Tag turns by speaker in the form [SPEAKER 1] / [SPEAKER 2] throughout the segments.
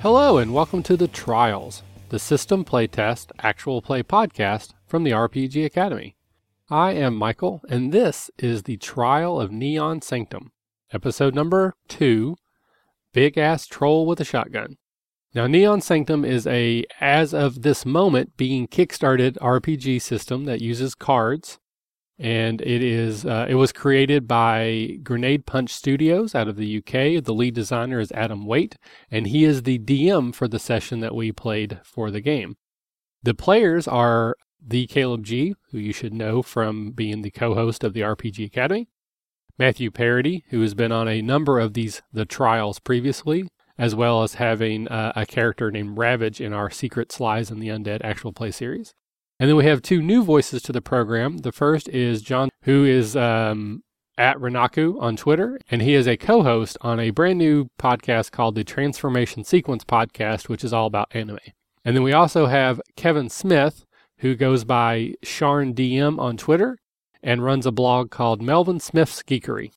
[SPEAKER 1] Hello, and welcome to The Trials, the System Playtest Actual Play podcast from the RPG Academy. I am Michael, and this is The Trial of Neon Sanctum, episode number two Big Ass Troll with a Shotgun. Now, Neon Sanctum is a, as of this moment, being kickstarted RPG system that uses cards. And it is uh, it was created by Grenade Punch Studios out of the UK. The lead designer is Adam Waite, and he is the DM for the session that we played for the game. The players are the Caleb G, who you should know from being the co-host of the RPG Academy, Matthew Parody, who has been on a number of these the trials previously, as well as having uh, a character named Ravage in our Secret Slies and the Undead actual play series. And then we have two new voices to the program. The first is John, who is um, at Renaku on Twitter, and he is a co host on a brand new podcast called the Transformation Sequence Podcast, which is all about anime. And then we also have Kevin Smith, who goes by Sharn DM on Twitter and runs a blog called Melvin Smith's Geekery.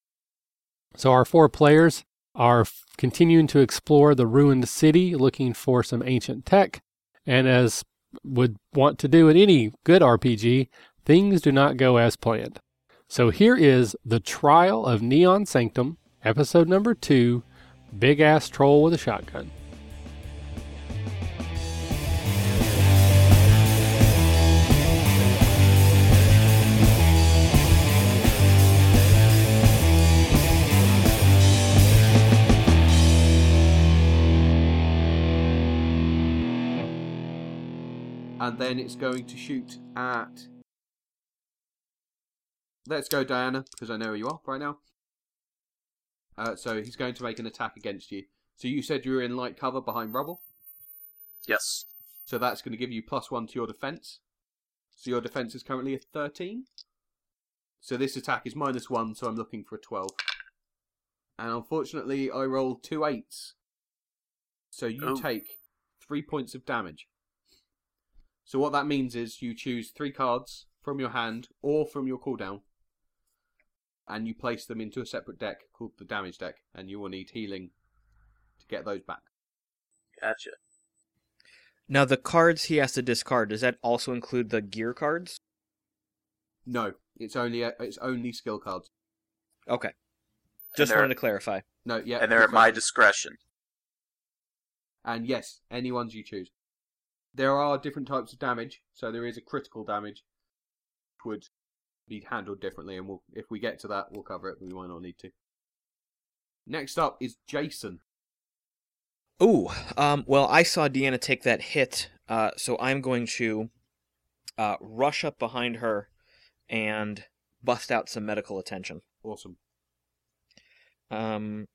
[SPEAKER 1] So our four players are f- continuing to explore the ruined city looking for some ancient tech. And as would want to do in any good RPG, things do not go as planned. So here is The Trial of Neon Sanctum, episode number two Big Ass Troll with a Shotgun.
[SPEAKER 2] and then it's going to shoot at. Let's go, Diana, because I know where you are right now. Uh, so he's going to make an attack against you. So you said you were in light cover behind rubble.
[SPEAKER 3] Yes.
[SPEAKER 2] So that's going to give you plus one to your defense. So your defense is currently a 13. So this attack is minus one, so I'm looking for a 12. And unfortunately, I rolled two eights. So you
[SPEAKER 3] Oh.
[SPEAKER 2] take three points of damage. So what that means is you choose three cards from your hand or from your cooldown, and you place them into a separate deck called the damage deck, and you will need healing to get those back.
[SPEAKER 3] Gotcha.
[SPEAKER 4] Now the cards he has to discard, does that also include the gear cards?
[SPEAKER 2] No, it's only uh, it's only skill cards.
[SPEAKER 4] Okay. Just
[SPEAKER 3] they're-
[SPEAKER 4] wanted to clarify.
[SPEAKER 2] No, yeah,
[SPEAKER 3] and they're at
[SPEAKER 2] just
[SPEAKER 3] my
[SPEAKER 2] wait.
[SPEAKER 3] discretion.
[SPEAKER 2] and yes, any ones you choose. There are different types of damage, so there is a critical damage, which would be handled differently, and we'll, if we get to that, we'll cover it, but we might not need to. Next up is Jason.
[SPEAKER 4] Ooh, um, well, I saw Deanna take that hit, uh, so I'm going to uh, rush up behind her and bust out some medical attention.
[SPEAKER 2] Awesome.
[SPEAKER 4] Um,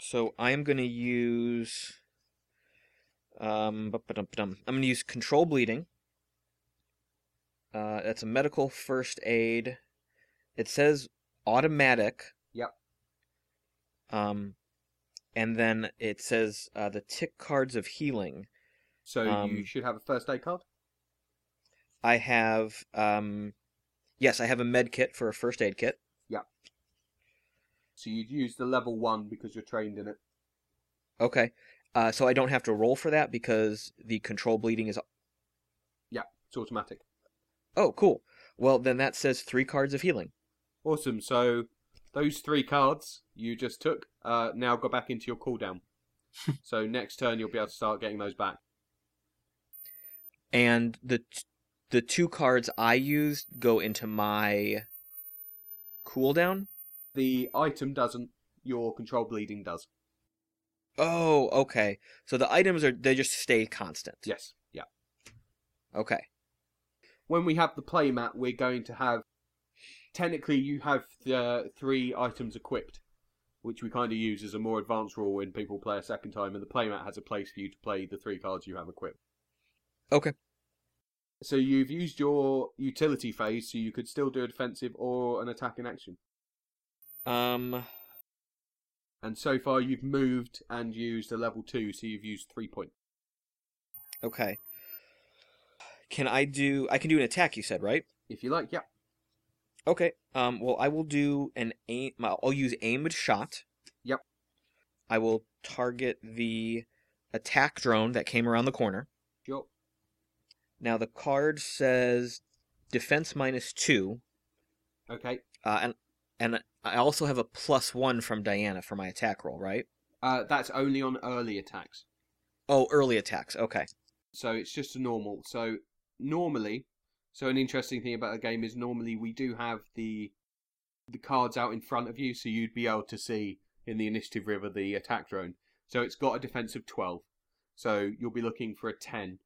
[SPEAKER 4] so I am going to use. Um, ba-ba-dum-ba-dum. I'm going to use control bleeding. Uh, that's a medical first aid. It says automatic.
[SPEAKER 2] Yep.
[SPEAKER 4] Um, and then it says uh, the tick cards of healing.
[SPEAKER 2] So you
[SPEAKER 4] Um,
[SPEAKER 2] should have a first aid card.
[SPEAKER 4] I have um, yes, I have a med kit for a first aid kit.
[SPEAKER 2] So you'd use the level one because you're trained in it.
[SPEAKER 4] Okay. Uh, so I don't have to roll for that because the control bleeding is
[SPEAKER 2] It's automatic.
[SPEAKER 4] Oh, cool. Well, then that says three cards of healing.
[SPEAKER 2] Awesome. So those three cards you just took uh, now go back into your cooldown. so next turn you'll be able to start getting those back.
[SPEAKER 4] And the t- the two cards I used go into my cooldown.
[SPEAKER 2] The item doesn't. Your control bleeding does.
[SPEAKER 4] Oh, okay. So the items are they just stay constant.
[SPEAKER 2] Yes. Yeah.
[SPEAKER 4] Okay.
[SPEAKER 2] When we have the playmat, we're going to have. Technically, you have the three items equipped, which we kind of use as a more advanced rule when people play a second time, and the playmat has a place for you to play the three cards you have equipped.
[SPEAKER 4] Okay.
[SPEAKER 2] So you've used your utility phase, so you could still do a defensive or an attacking action.
[SPEAKER 4] Um
[SPEAKER 2] And so far, you've moved and used a level two, so you've used three points.
[SPEAKER 4] okay. Can I do I can do an attack you said, right?
[SPEAKER 2] If you like, yeah.
[SPEAKER 4] Okay. Um well, I will do an aim I'll use aimed shot.
[SPEAKER 2] Yep.
[SPEAKER 4] I will target the attack drone that came around the corner.
[SPEAKER 2] Sure.
[SPEAKER 4] Now the card says defense minus two,
[SPEAKER 2] Okay.
[SPEAKER 4] uh, and and I also have a plus one from Diana for my attack roll, right?
[SPEAKER 2] Uh, that's only on early attacks.
[SPEAKER 4] Oh, early attacks. Okay.
[SPEAKER 2] So it's just a normal. So normally, so an interesting thing about the game is normally we do have the the cards out in front of you, so you'd be able to see in the initiative river the attack drone. So it's got a defense of twelve. So you'll be looking for a ten.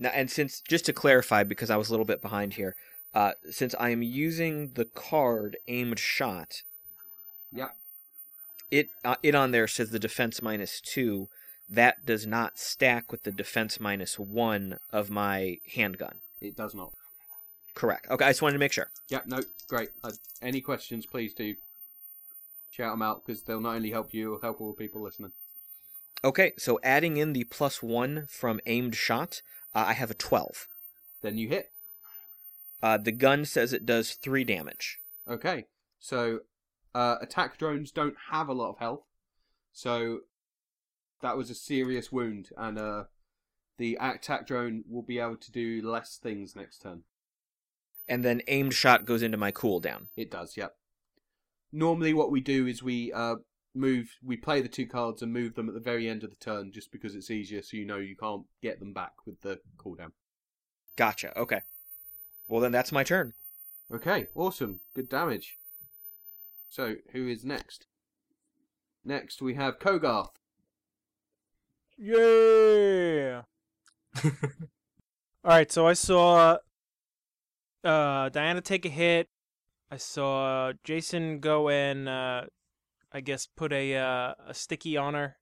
[SPEAKER 4] Now, and since just to clarify, because I was a little bit behind here, uh, since I am using the card aimed shot,
[SPEAKER 2] Yep.
[SPEAKER 4] it uh, it on there says the defense minus two. That does not stack with the defense minus one of my handgun.
[SPEAKER 2] It does not.
[SPEAKER 4] Correct. Okay, I just wanted to make sure.
[SPEAKER 2] Yep. No. Great. Uh, any questions? Please do shout them out because they'll not only help you, it'll help all the people listening.
[SPEAKER 4] Okay, so adding in the plus one from aimed shot, uh, I have a twelve.
[SPEAKER 2] Then you hit.
[SPEAKER 4] Uh, the gun says it does three damage.
[SPEAKER 2] Okay, so uh, attack drones don't have a lot of health, so that was a serious wound, and uh, the attack drone will be able to do less things next turn.
[SPEAKER 4] And then aimed shot goes into my cooldown.
[SPEAKER 2] It does, yep. Normally, what we do is we uh, move, we play the two cards and move them at the very end of the turn, just because it's easier, so you know you can't get them back with the cooldown.
[SPEAKER 4] Gotcha. Okay. Well, then that's my turn.
[SPEAKER 2] Okay, awesome, good damage. So, who is next? Next, we have Kogarth.
[SPEAKER 5] Yeah. All right, so I saw uh Diana take a hit. I saw Jason go and uh I guess put a uh, a sticky on her.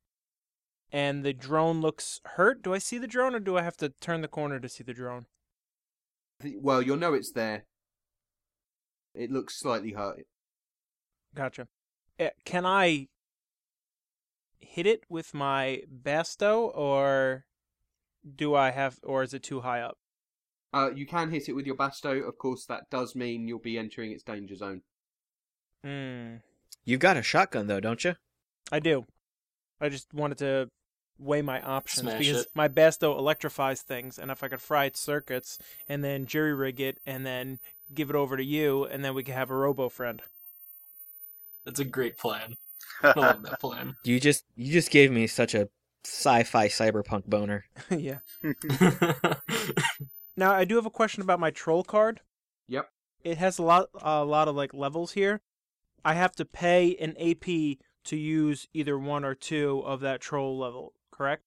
[SPEAKER 5] And the drone looks hurt. Do I see the drone or do I have to turn the corner to see the drone?
[SPEAKER 2] Th- Well, you'll know it's there. It looks slightly hurt.
[SPEAKER 5] Gotcha. Uh, Can I hit it with my basto or do I have or is it too high up?
[SPEAKER 2] Uh, you can hit it with your basto. Of course, that does mean you'll be entering its danger zone.
[SPEAKER 5] Hmm.
[SPEAKER 4] You've got a shotgun though, don't you?
[SPEAKER 5] I do. I just wanted to weigh my options
[SPEAKER 3] Smash
[SPEAKER 5] because
[SPEAKER 3] it.
[SPEAKER 5] my Basto electrifies things, and if I could fry its circuits and then jury rig it and then give it over to you, and then we could have a robo friend.
[SPEAKER 6] That's a great plan. I love that plan.
[SPEAKER 4] You just you just gave me such a sci-fi cyberpunk boner.
[SPEAKER 5] yeah. Now I do have a question about my troll card.
[SPEAKER 2] Yep.
[SPEAKER 5] It has a lot, a lot of like levels here. I have to pay an AP to use either one or two of that troll level, correct?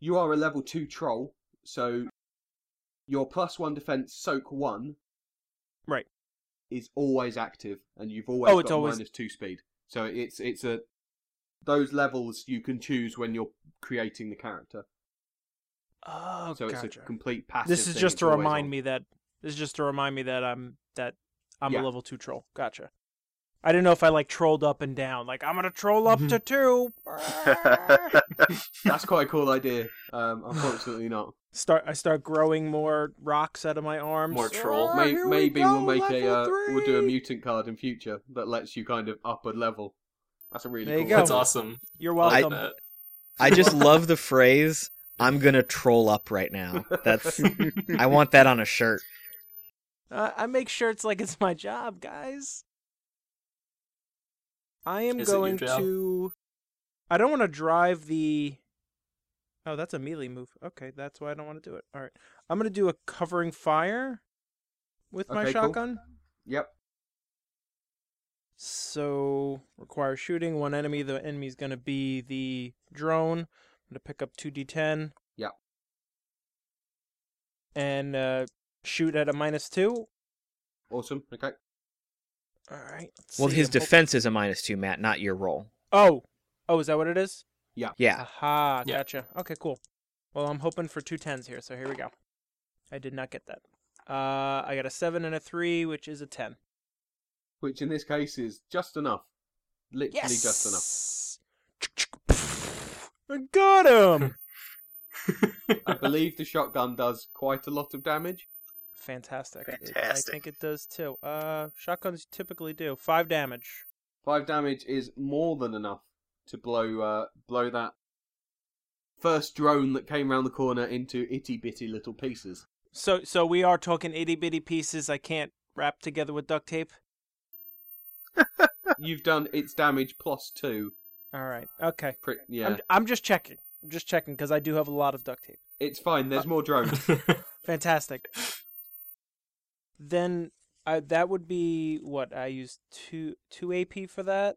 [SPEAKER 2] You are a level 2 troll, so your plus 1 defense, soak 1.
[SPEAKER 5] Right.
[SPEAKER 2] Is always active, and you've always
[SPEAKER 5] Oh, it's
[SPEAKER 2] got
[SPEAKER 5] always-
[SPEAKER 2] minus 2 speed. So it's it's a. Those levels you can choose when you're creating the character.
[SPEAKER 5] Oh,
[SPEAKER 2] so
[SPEAKER 5] gotcha.
[SPEAKER 2] it's a complete passive.
[SPEAKER 5] this is
[SPEAKER 2] thing,
[SPEAKER 5] just
[SPEAKER 2] it's
[SPEAKER 5] to
[SPEAKER 2] always
[SPEAKER 5] remind
[SPEAKER 2] on.
[SPEAKER 5] me that this is just to remind me that I'm that I'm
[SPEAKER 2] Yeah.
[SPEAKER 5] a level two troll. Gotcha. I didn't know if I like trolled up and down. Like I'm gonna troll up to two.
[SPEAKER 2] That's quite a cool idea. Um, unfortunately, not.
[SPEAKER 5] Start. I start growing more rocks out of my arms.
[SPEAKER 6] More troll.
[SPEAKER 5] Ah,
[SPEAKER 2] May-
[SPEAKER 5] here we
[SPEAKER 2] maybe
[SPEAKER 5] go,
[SPEAKER 2] we'll make a
[SPEAKER 5] level
[SPEAKER 2] uh, we'll do a
[SPEAKER 5] three.
[SPEAKER 2] mutant card in future that lets you kind of up a level. That's a really
[SPEAKER 5] There you
[SPEAKER 2] cool
[SPEAKER 5] go.
[SPEAKER 6] That's
[SPEAKER 2] idea.
[SPEAKER 6] awesome.
[SPEAKER 5] You're
[SPEAKER 6] I like
[SPEAKER 5] welcome.
[SPEAKER 6] that.
[SPEAKER 4] I just love the phrase "I'm gonna troll up right now." That's I want that on a shirt.
[SPEAKER 5] Uh, I make sure it's like it's my job, guys. I am
[SPEAKER 6] Is it your
[SPEAKER 5] going
[SPEAKER 6] job?
[SPEAKER 5] to. I don't want to drive the. Oh, that's a melee move. Okay, that's why I don't want to do it. All right, I'm gonna do a covering fire with my
[SPEAKER 2] Okay, cool.
[SPEAKER 5] shotgun.
[SPEAKER 2] Yep.
[SPEAKER 5] So requires shooting one enemy. The enemy's gonna be the drone. I'm gonna pick up two d10.
[SPEAKER 2] Yeah.
[SPEAKER 5] And uh, shoot at a minus two.
[SPEAKER 2] Awesome. Okay.
[SPEAKER 5] All right. let's
[SPEAKER 4] Well,
[SPEAKER 5] see,
[SPEAKER 4] his
[SPEAKER 5] I'm hoping-
[SPEAKER 4] defense is a minus two, Matt, not your roll.
[SPEAKER 5] Oh, oh, is that what it is?
[SPEAKER 4] Yeah.
[SPEAKER 5] Aha,
[SPEAKER 6] Yeah.
[SPEAKER 5] gotcha. Okay, cool. Well, I'm hoping for two tens here, so here we go. I did not get that. Uh, I got a seven and a three, which is a ten.
[SPEAKER 2] Which in this case is just enough. Literally
[SPEAKER 5] Yes,
[SPEAKER 2] just enough.
[SPEAKER 5] I got him.
[SPEAKER 2] I believe the shotgun does quite a lot of damage.
[SPEAKER 5] Fantastic. It- I
[SPEAKER 3] Fantastic.
[SPEAKER 5] think it does too. Uh, shotguns typically do five damage.
[SPEAKER 2] Five damage is more than enough to blow uh, blow that first drone that came round the corner into itty bitty little pieces.
[SPEAKER 5] So so we are talking itty bitty pieces I can't wrap together with duct tape.
[SPEAKER 2] You've done its damage plus two.
[SPEAKER 5] All right. Okay.
[SPEAKER 2] Pre- yeah,
[SPEAKER 5] I'm I'm just checking. I'm just checking because I do have a lot of duct tape.
[SPEAKER 2] it's fine.
[SPEAKER 5] uh,
[SPEAKER 2] There's more drones.
[SPEAKER 5] Fantastic. Then I, that would be what I used two two AP for that.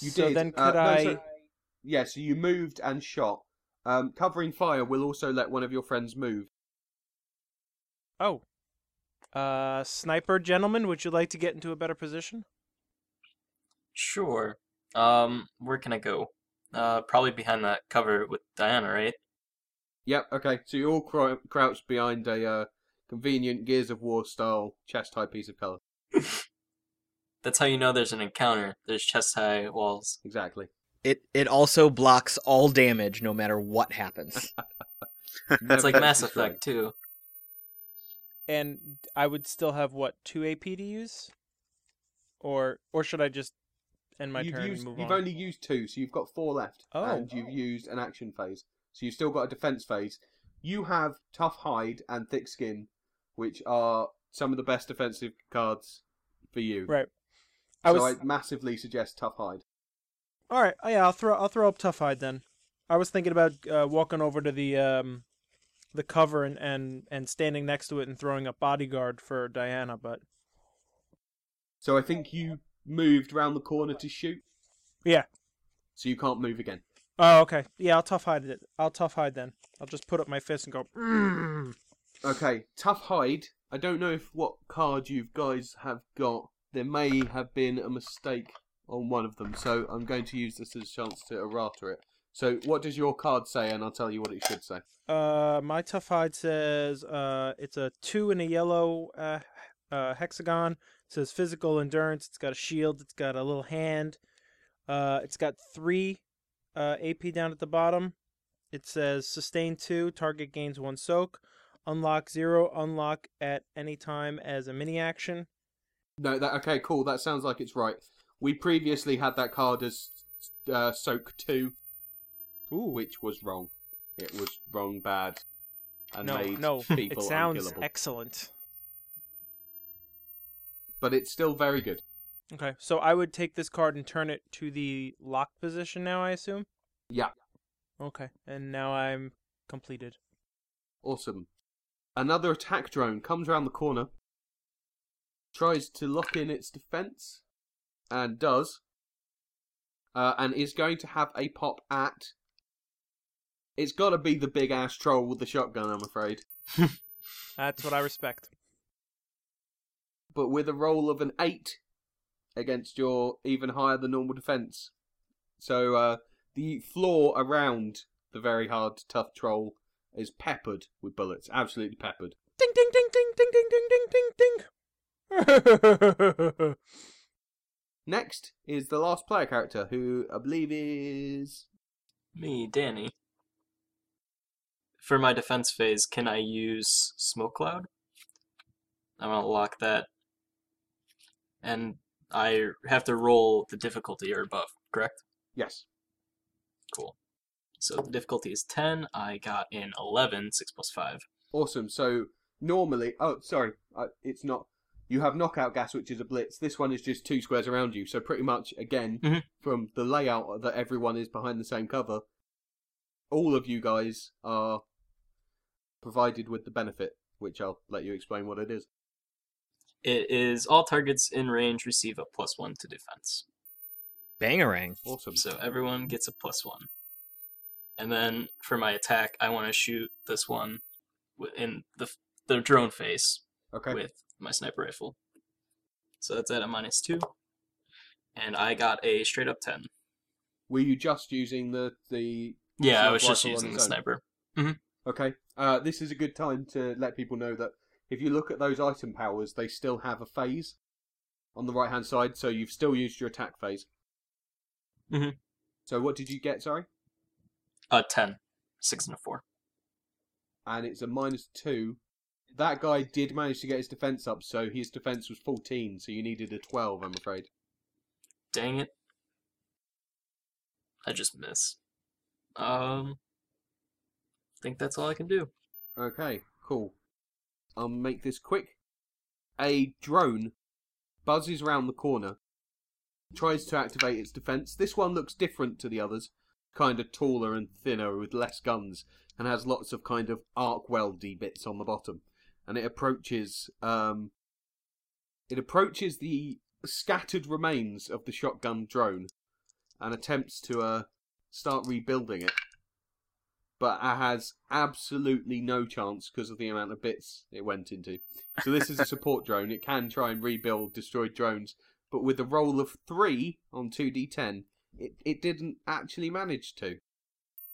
[SPEAKER 2] You
[SPEAKER 5] so
[SPEAKER 2] did.
[SPEAKER 5] then
[SPEAKER 2] Uh,
[SPEAKER 5] could
[SPEAKER 2] no,
[SPEAKER 5] I?
[SPEAKER 2] so- yeah, so you moved and shot. Um, covering fire will also let one of your friends move.
[SPEAKER 5] Oh. Uh, sniper gentleman, would you like to get into a better position?
[SPEAKER 6] Sure. Um, where can I go? Uh, probably behind that cover with Diana, right?
[SPEAKER 2] Yep. Okay. So you all cr- crouched behind a uh, convenient Gears of War style chest high piece of color.
[SPEAKER 6] That's how you know there's an encounter. There's chest high walls.
[SPEAKER 2] Exactly.
[SPEAKER 4] It it also blocks all damage no matter what happens.
[SPEAKER 6] It's like
[SPEAKER 2] Never
[SPEAKER 6] Mass
[SPEAKER 2] destroyed.
[SPEAKER 6] Effect too.
[SPEAKER 5] And I would still have what two AP to use, or or should I just end my
[SPEAKER 2] you've
[SPEAKER 5] turn
[SPEAKER 2] used,
[SPEAKER 5] and move
[SPEAKER 2] you've
[SPEAKER 5] on?
[SPEAKER 2] only used two, so you've got four left,
[SPEAKER 5] Oh.
[SPEAKER 2] and you've used an action phase, so you've still got a defense phase. You have tough hide and thick skin, which are some of the best defensive cards for you.
[SPEAKER 5] Right. I
[SPEAKER 2] So I,
[SPEAKER 5] was
[SPEAKER 2] massively suggest tough hide.
[SPEAKER 5] all right. Oh, yeah, I'll throw I'll throw up tough hide then. I was thinking about uh, walking over to the um, the cover and, and and standing next to it and throwing up bodyguard for Diana, but
[SPEAKER 2] So I think you moved round the corner to shoot.
[SPEAKER 5] Yeah.
[SPEAKER 2] So you can't move again.
[SPEAKER 5] oh okay, yeah, I'll tough hide it. I'll tough hide then. I'll just put up my fist and go. Mm.
[SPEAKER 2] Okay, tough hide. I don't know if what card you guys have got. There may have been a mistake on one of them, so I'm going to use this as a chance to errata it. So, what does your card say? And I'll tell you what it should say.
[SPEAKER 5] Uh, my tough hide says uh, it's a two in a yellow uh, uh, hexagon. It says physical endurance. It's got a shield. It's got a little hand. Uh, it's got three uh, AP down at the bottom. It says sustain two. Target gains one soak. Unlock zero. Unlock at any time as a mini action.
[SPEAKER 2] No, that okay, cool. That sounds like it's right. We previously had that card as uh, soak two,
[SPEAKER 5] Ooh,
[SPEAKER 2] which was wrong. It was wrong, bad, and
[SPEAKER 5] no,
[SPEAKER 2] made
[SPEAKER 5] no,
[SPEAKER 2] people
[SPEAKER 5] it sounds
[SPEAKER 2] unkillable.
[SPEAKER 5] excellent.
[SPEAKER 2] but it's still very good.
[SPEAKER 5] Okay, so I would take this card and turn it to the lock position now. I assume.
[SPEAKER 2] Yeah,
[SPEAKER 5] Okay, and now I'm completed.
[SPEAKER 2] Awesome. Another attack drone comes around the corner, tries to lock in its defense, and does, uh, and is going to have a pop at. It's got to be the big ass troll with the shotgun, I'm afraid.
[SPEAKER 5] That's what I respect.
[SPEAKER 2] But with a roll of an 8 against your even higher than normal defense. So uh, the floor around the very hard, tough troll is peppered with bullets. Absolutely peppered.
[SPEAKER 5] Ding ding ding ding ding ding ding ding ding ding.
[SPEAKER 2] Next is the last player character, who I believe is.
[SPEAKER 6] Me, Danny. For my defense phase, can I use smoke cloud? I'm gonna lock that, and I have to roll the difficulty or above, correct?
[SPEAKER 2] Yes.
[SPEAKER 6] Cool. So the difficulty is ten. I got in 11, 6 plus five.
[SPEAKER 2] Awesome. So normally, oh sorry, uh, it's not. You have knockout gas, which is a blitz. This one is just two squares around you. So pretty much again
[SPEAKER 6] Mhm.
[SPEAKER 2] from the layout that everyone is behind the same cover, all of you guys are provided with the benefit, which I'll let you explain what it is.
[SPEAKER 6] It is all targets in range receive a plus one to defense.
[SPEAKER 4] Bangarang.
[SPEAKER 2] Awesome.
[SPEAKER 6] So everyone gets a plus one. And then for my attack, I want to shoot this one wi- in the f- the drone face
[SPEAKER 2] Okay.
[SPEAKER 6] with my sniper rifle. So that's at a minus two, and I got a straight up ten.
[SPEAKER 2] Were you just using the the
[SPEAKER 6] Yeah, I
[SPEAKER 2] Sniper
[SPEAKER 6] was just
[SPEAKER 2] rifle on
[SPEAKER 6] using the
[SPEAKER 2] its own.
[SPEAKER 6] sniper.
[SPEAKER 2] Okay. Uh, this is a good time to let people know that if you look at those item powers, they still have a phase on the right hand side, so you've still used your attack phase.
[SPEAKER 6] Mhm.
[SPEAKER 2] So what did you get, sorry?
[SPEAKER 6] A ten, six and a four.
[SPEAKER 2] And it's a minus two. That guy did manage to get his defense up, so his defense was 14, so you needed a 12, I'm afraid.
[SPEAKER 6] Dang it! I just miss. Um, think that's all I can do.
[SPEAKER 2] Okay, cool. I'll make this quick. A drone buzzes round the corner, tries to activate its defense. This one looks different to the others, kind of taller and thinner with less guns, and has lots of kind of arc weldy bits on the bottom. And it approaches, um, it approaches the scattered remains of the shotgun drone, and attempts to uh, start rebuilding it but it has absolutely no chance because of the amount of bits it went into. So this is a support drone. It can try and rebuild destroyed drones, but with a roll of three on two d ten, it it didn't actually manage to,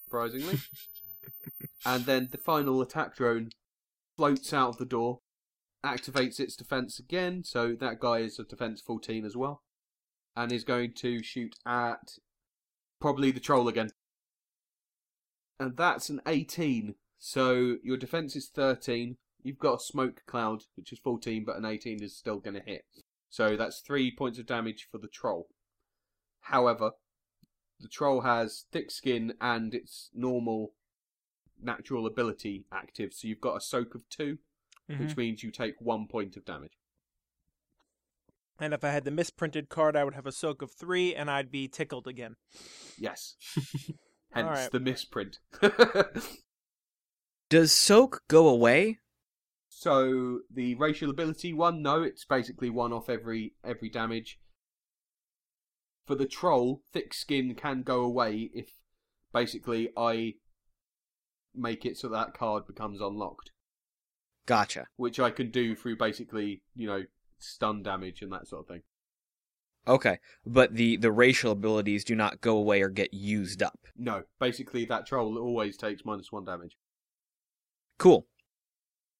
[SPEAKER 2] surprisingly. and then the final attack drone floats out of the door, activates its defense again. So that guy is a defense fourteen as well, and is going to shoot at probably the troll again and that's an 18. So your defense is 13. You've got a smoke cloud, which is 14, but an 18 is still going to hit. So that's three points of damage for the troll. However, the troll has thick skin and its normal natural ability active, so you've got a soak of 2 which means you take one point of damage.
[SPEAKER 5] And if I had the misprinted card, I would have a soak of three, and I'd be tickled again.
[SPEAKER 2] Yes. Hence
[SPEAKER 5] Alright.
[SPEAKER 2] the misprint.
[SPEAKER 4] Does soak go away?
[SPEAKER 2] So the racial ability one, no, it's basically one off every every damage. For the troll, thick skin can go away if basically I make it so that card becomes unlocked,
[SPEAKER 4] Gotcha.
[SPEAKER 2] which I can do through basically you know stun damage and that sort of thing.
[SPEAKER 4] Okay, but the the racial abilities do not go away or get used up.
[SPEAKER 2] No, basically that troll always takes minus one damage.
[SPEAKER 4] Cool.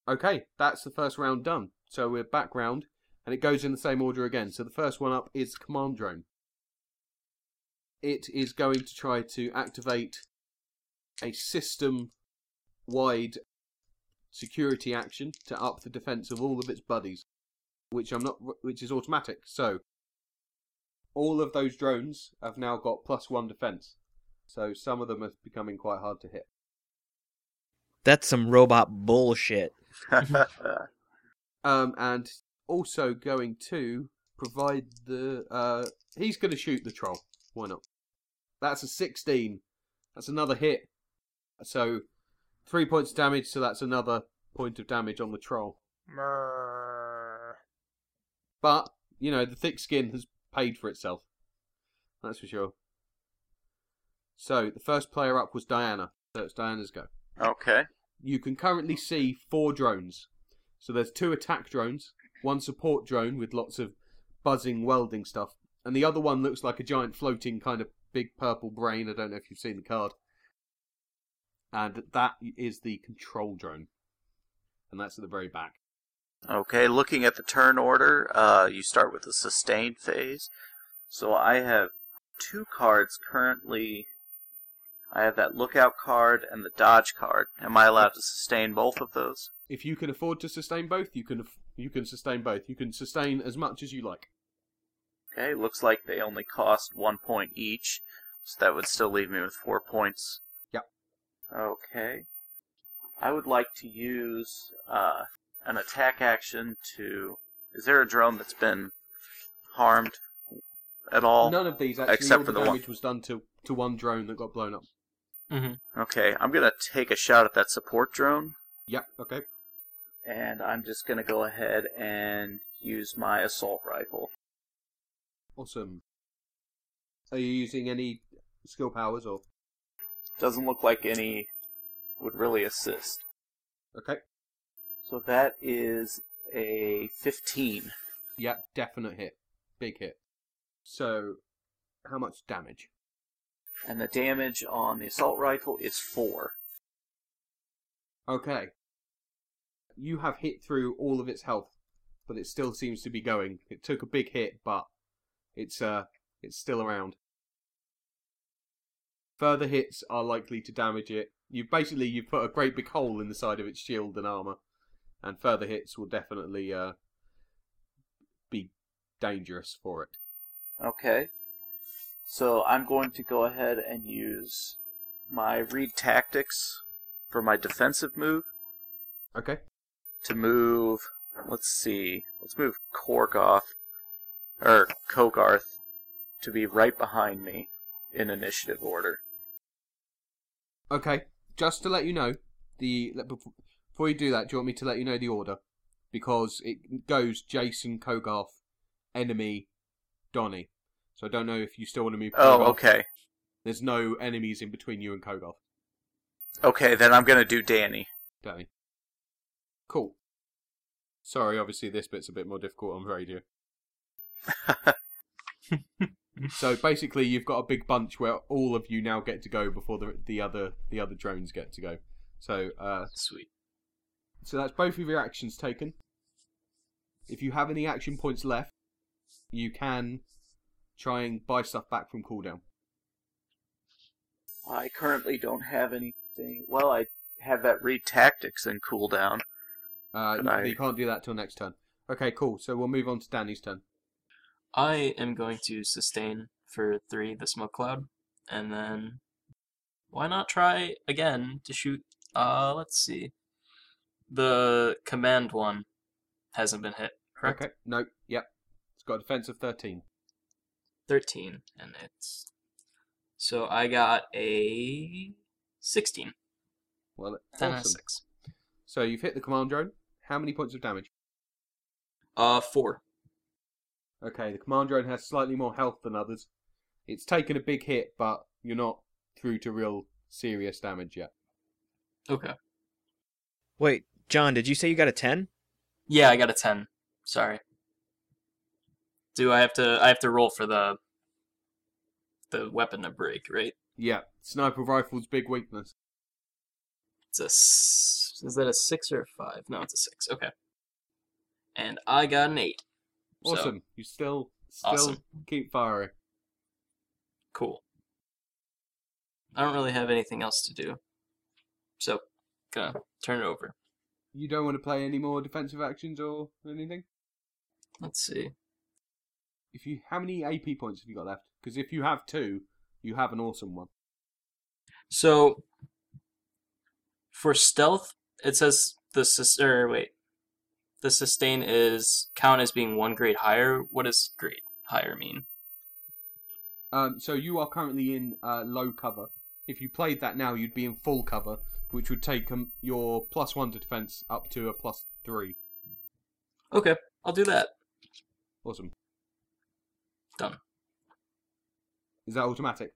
[SPEAKER 2] Okay, that's the first round done. So we're back round, and it goes in the same order again. So the first one up is Command Drone. It is going to try to activate a system wide security action to up the defense of all of its buddies, which I'm not which is automatic. So all of those drones have now got plus 1 defense. So some of them are becoming quite hard to hit.
[SPEAKER 4] That's some robot bullshit.
[SPEAKER 2] um, and also going to provide the. Uh, he's going to shoot the troll. Why not? That's a 16. That's another hit. So, three points of damage. So that's another point of damage on the troll.
[SPEAKER 5] Mrrr.
[SPEAKER 2] But you know, the thick skin has paid for itself. That's for sure. So the first player up was Diana. So it's Diana's go.
[SPEAKER 3] okay.
[SPEAKER 2] you can currently see four drones. So there's two attack drones, one support drone with lots of buzzing welding stuff, and the other one looks like a giant floating kind of big purple brain. I don't know if you've seen the card. And that is the control drone. And that's at the very back.
[SPEAKER 3] Okay, looking at the turn order, uh, you start with the sustained phase. So I have two cards currently. I have that lookout card and the dodge card. Am I allowed to sustain both of those?
[SPEAKER 2] If you can afford to sustain both, you can aff- you can sustain both. You can sustain as much as you like.
[SPEAKER 3] Okay, looks like they only cost one point each, so that would still leave me with four points.
[SPEAKER 2] Yep.
[SPEAKER 3] Okay. I would like to use uh, an attack action to. Is there a drone that's been harmed at all?
[SPEAKER 2] None of these actually
[SPEAKER 3] Oh, Except
[SPEAKER 2] all
[SPEAKER 3] for
[SPEAKER 2] the
[SPEAKER 3] the one-
[SPEAKER 2] damage was done to, to one drone that got blown up.
[SPEAKER 6] Mm-hmm.
[SPEAKER 3] Okay, I'm gonna take a shot at that support drone,
[SPEAKER 2] Yep, okay.
[SPEAKER 3] and I'm just gonna go ahead and use my assault rifle.
[SPEAKER 2] Awesome. Are you using any skill powers or?
[SPEAKER 3] Doesn't look like any would really assist.
[SPEAKER 2] Okay.
[SPEAKER 3] So that is a 15.
[SPEAKER 2] Yep, definite hit. Big hit. So, how much damage?
[SPEAKER 3] And the damage on the assault rifle is four.
[SPEAKER 2] Okay. You have hit through all of its health, but it still seems to be going. It took a big hit, but it's uh it's still around. Further hits are likely to damage it. You basically you've put a great big hole in the side of its shield and armor, and further hits will definitely uh be dangerous for it.
[SPEAKER 3] Okay. So I'm going to go ahead and use my read tactics for my defensive move
[SPEAKER 2] Okay.
[SPEAKER 3] to move. Let's see. Let's move Korgoth or Kogarth to be right behind me in initiative order.
[SPEAKER 2] Okay. Just to let you know, the let- bef- before you do that, do you want me to let you know the order? Because it goes Jason Kogarth, enemy, Donnie. So I don't know if you still want to move.
[SPEAKER 3] Oh,
[SPEAKER 2] Kogarth.
[SPEAKER 3] okay.
[SPEAKER 2] There's no enemies in between you and Kogarth,
[SPEAKER 3] Okay, then I'm gonna do Danny.
[SPEAKER 2] Danny. Cool. Sorry, obviously this bit's a bit more difficult on radio. So basically, you've got a big bunch where all of you now get to go before the the other the other drones get to go. So uh,
[SPEAKER 6] Sweet.
[SPEAKER 2] So that's both of your actions taken. If you have any action points left, you can try and buy stuff back from cooldown.
[SPEAKER 3] I currently don't have anything. Well, I have that read tactics and cooldown.
[SPEAKER 2] Uh,
[SPEAKER 3] Good night.
[SPEAKER 2] You can't do that till next turn. Okay, cool. So we'll move on to Danny's turn.
[SPEAKER 6] I am going to sustain for three the smoke cloud, and then why not try again to shoot? Uh, let's see. The command one hasn't been hit. Correct.
[SPEAKER 2] Okay. No. Yep. It's got a defense of thirteen.
[SPEAKER 6] Thirteen, and it's so I got a sixteen.
[SPEAKER 2] Well,
[SPEAKER 6] Then a
[SPEAKER 2] awesome.
[SPEAKER 6] six.
[SPEAKER 2] So you've hit the command drone. How many points of damage?
[SPEAKER 6] Uh, four.
[SPEAKER 2] Okay, the command drone has slightly more health than others. It's taken a big hit, but you're not through to real serious damage yet.
[SPEAKER 6] Okay.
[SPEAKER 4] Wait, John, did you say you got a 10?
[SPEAKER 6] Yeah, I got a ten. Sorry. Do I have to? I have to roll for the the weapon to break, right?
[SPEAKER 2] Yeah, sniper rifle's big weakness.
[SPEAKER 6] It's a s- is that a six or a five? No, it's a six. Okay. And I got an eight. So,
[SPEAKER 2] Awesome. you still still
[SPEAKER 6] Awesome.
[SPEAKER 2] keep firing.
[SPEAKER 6] cool. I don't really have anything else to do, so gonna turn it over.
[SPEAKER 2] You don't want to play any more defensive actions or anything?
[SPEAKER 6] Let's see.
[SPEAKER 2] If you how many AP points have you got left? Because if you have two, you have an awesome one.
[SPEAKER 6] So for stealth, it says the sus- or wait, the sustain is count as being one grade higher. What does grade higher mean?
[SPEAKER 2] Um so you are currently in uh, low cover. If you played that now you'd be in full cover, which would take um, your plus one to defense up to a plus three.
[SPEAKER 6] Okay, I'll do that.
[SPEAKER 2] Awesome.
[SPEAKER 6] Done.
[SPEAKER 2] Is that automatic?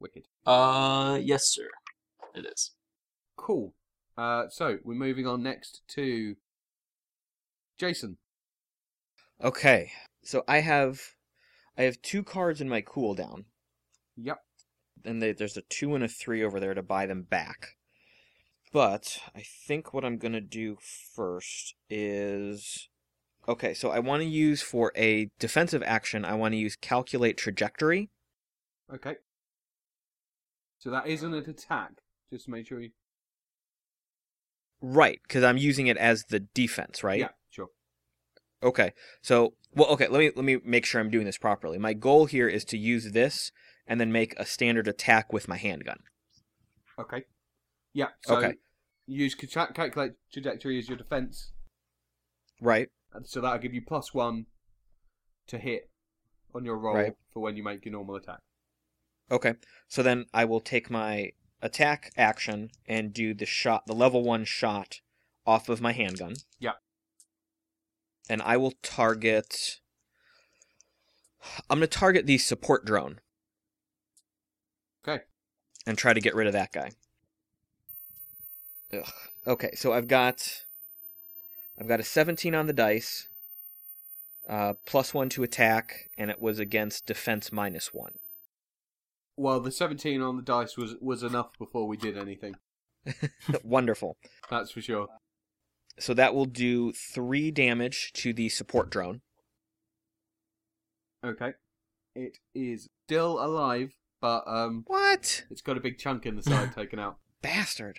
[SPEAKER 2] Wicked.
[SPEAKER 6] Uh, yes, sir. It is.
[SPEAKER 2] Cool. Uh so we're moving on next to Jason.
[SPEAKER 4] Okay. So I have I have two cards in my cooldown.
[SPEAKER 2] Yep.
[SPEAKER 4] and they, there's a two and a three over there to buy them back. But I think what I'm gonna do first is okay. So I want to use for a defensive action. I want to use calculate trajectory.
[SPEAKER 2] Okay. So that isn't an attack. Just to make sure you.
[SPEAKER 4] Right, because I'm using it as the defense, right?
[SPEAKER 2] Yeah, sure.
[SPEAKER 4] Okay. So, well, okay. Let me let me make sure I'm doing this properly. My goal here is to use this and then make a standard attack with my handgun.
[SPEAKER 2] Okay. Yeah. So
[SPEAKER 4] Okay.
[SPEAKER 2] you Use cal- calculate trajectory as your defense,
[SPEAKER 4] Right.
[SPEAKER 2] and so that'll give you plus one to hit on your roll
[SPEAKER 4] Right.
[SPEAKER 2] for when you make your normal attack.
[SPEAKER 4] Okay. So then I will take my attack action and do the shot, the level one shot off of my handgun.
[SPEAKER 2] Yeah.
[SPEAKER 4] And I will target. I'm going to target the support drone.
[SPEAKER 2] Okay.
[SPEAKER 4] And try to get rid of that guy. Ugh. Okay, so I've got. I've got a 17 on the dice, uh, plus one to attack, and it was against defense minus one.
[SPEAKER 2] Well, the seventeen on the dice was was enough before we did anything.
[SPEAKER 4] Wonderful.
[SPEAKER 2] That's for sure.
[SPEAKER 4] So that will do three damage to the support drone.
[SPEAKER 2] Okay. It is still alive, but um,
[SPEAKER 4] What?
[SPEAKER 2] it's got a big chunk in the side taken out.
[SPEAKER 4] Bastard.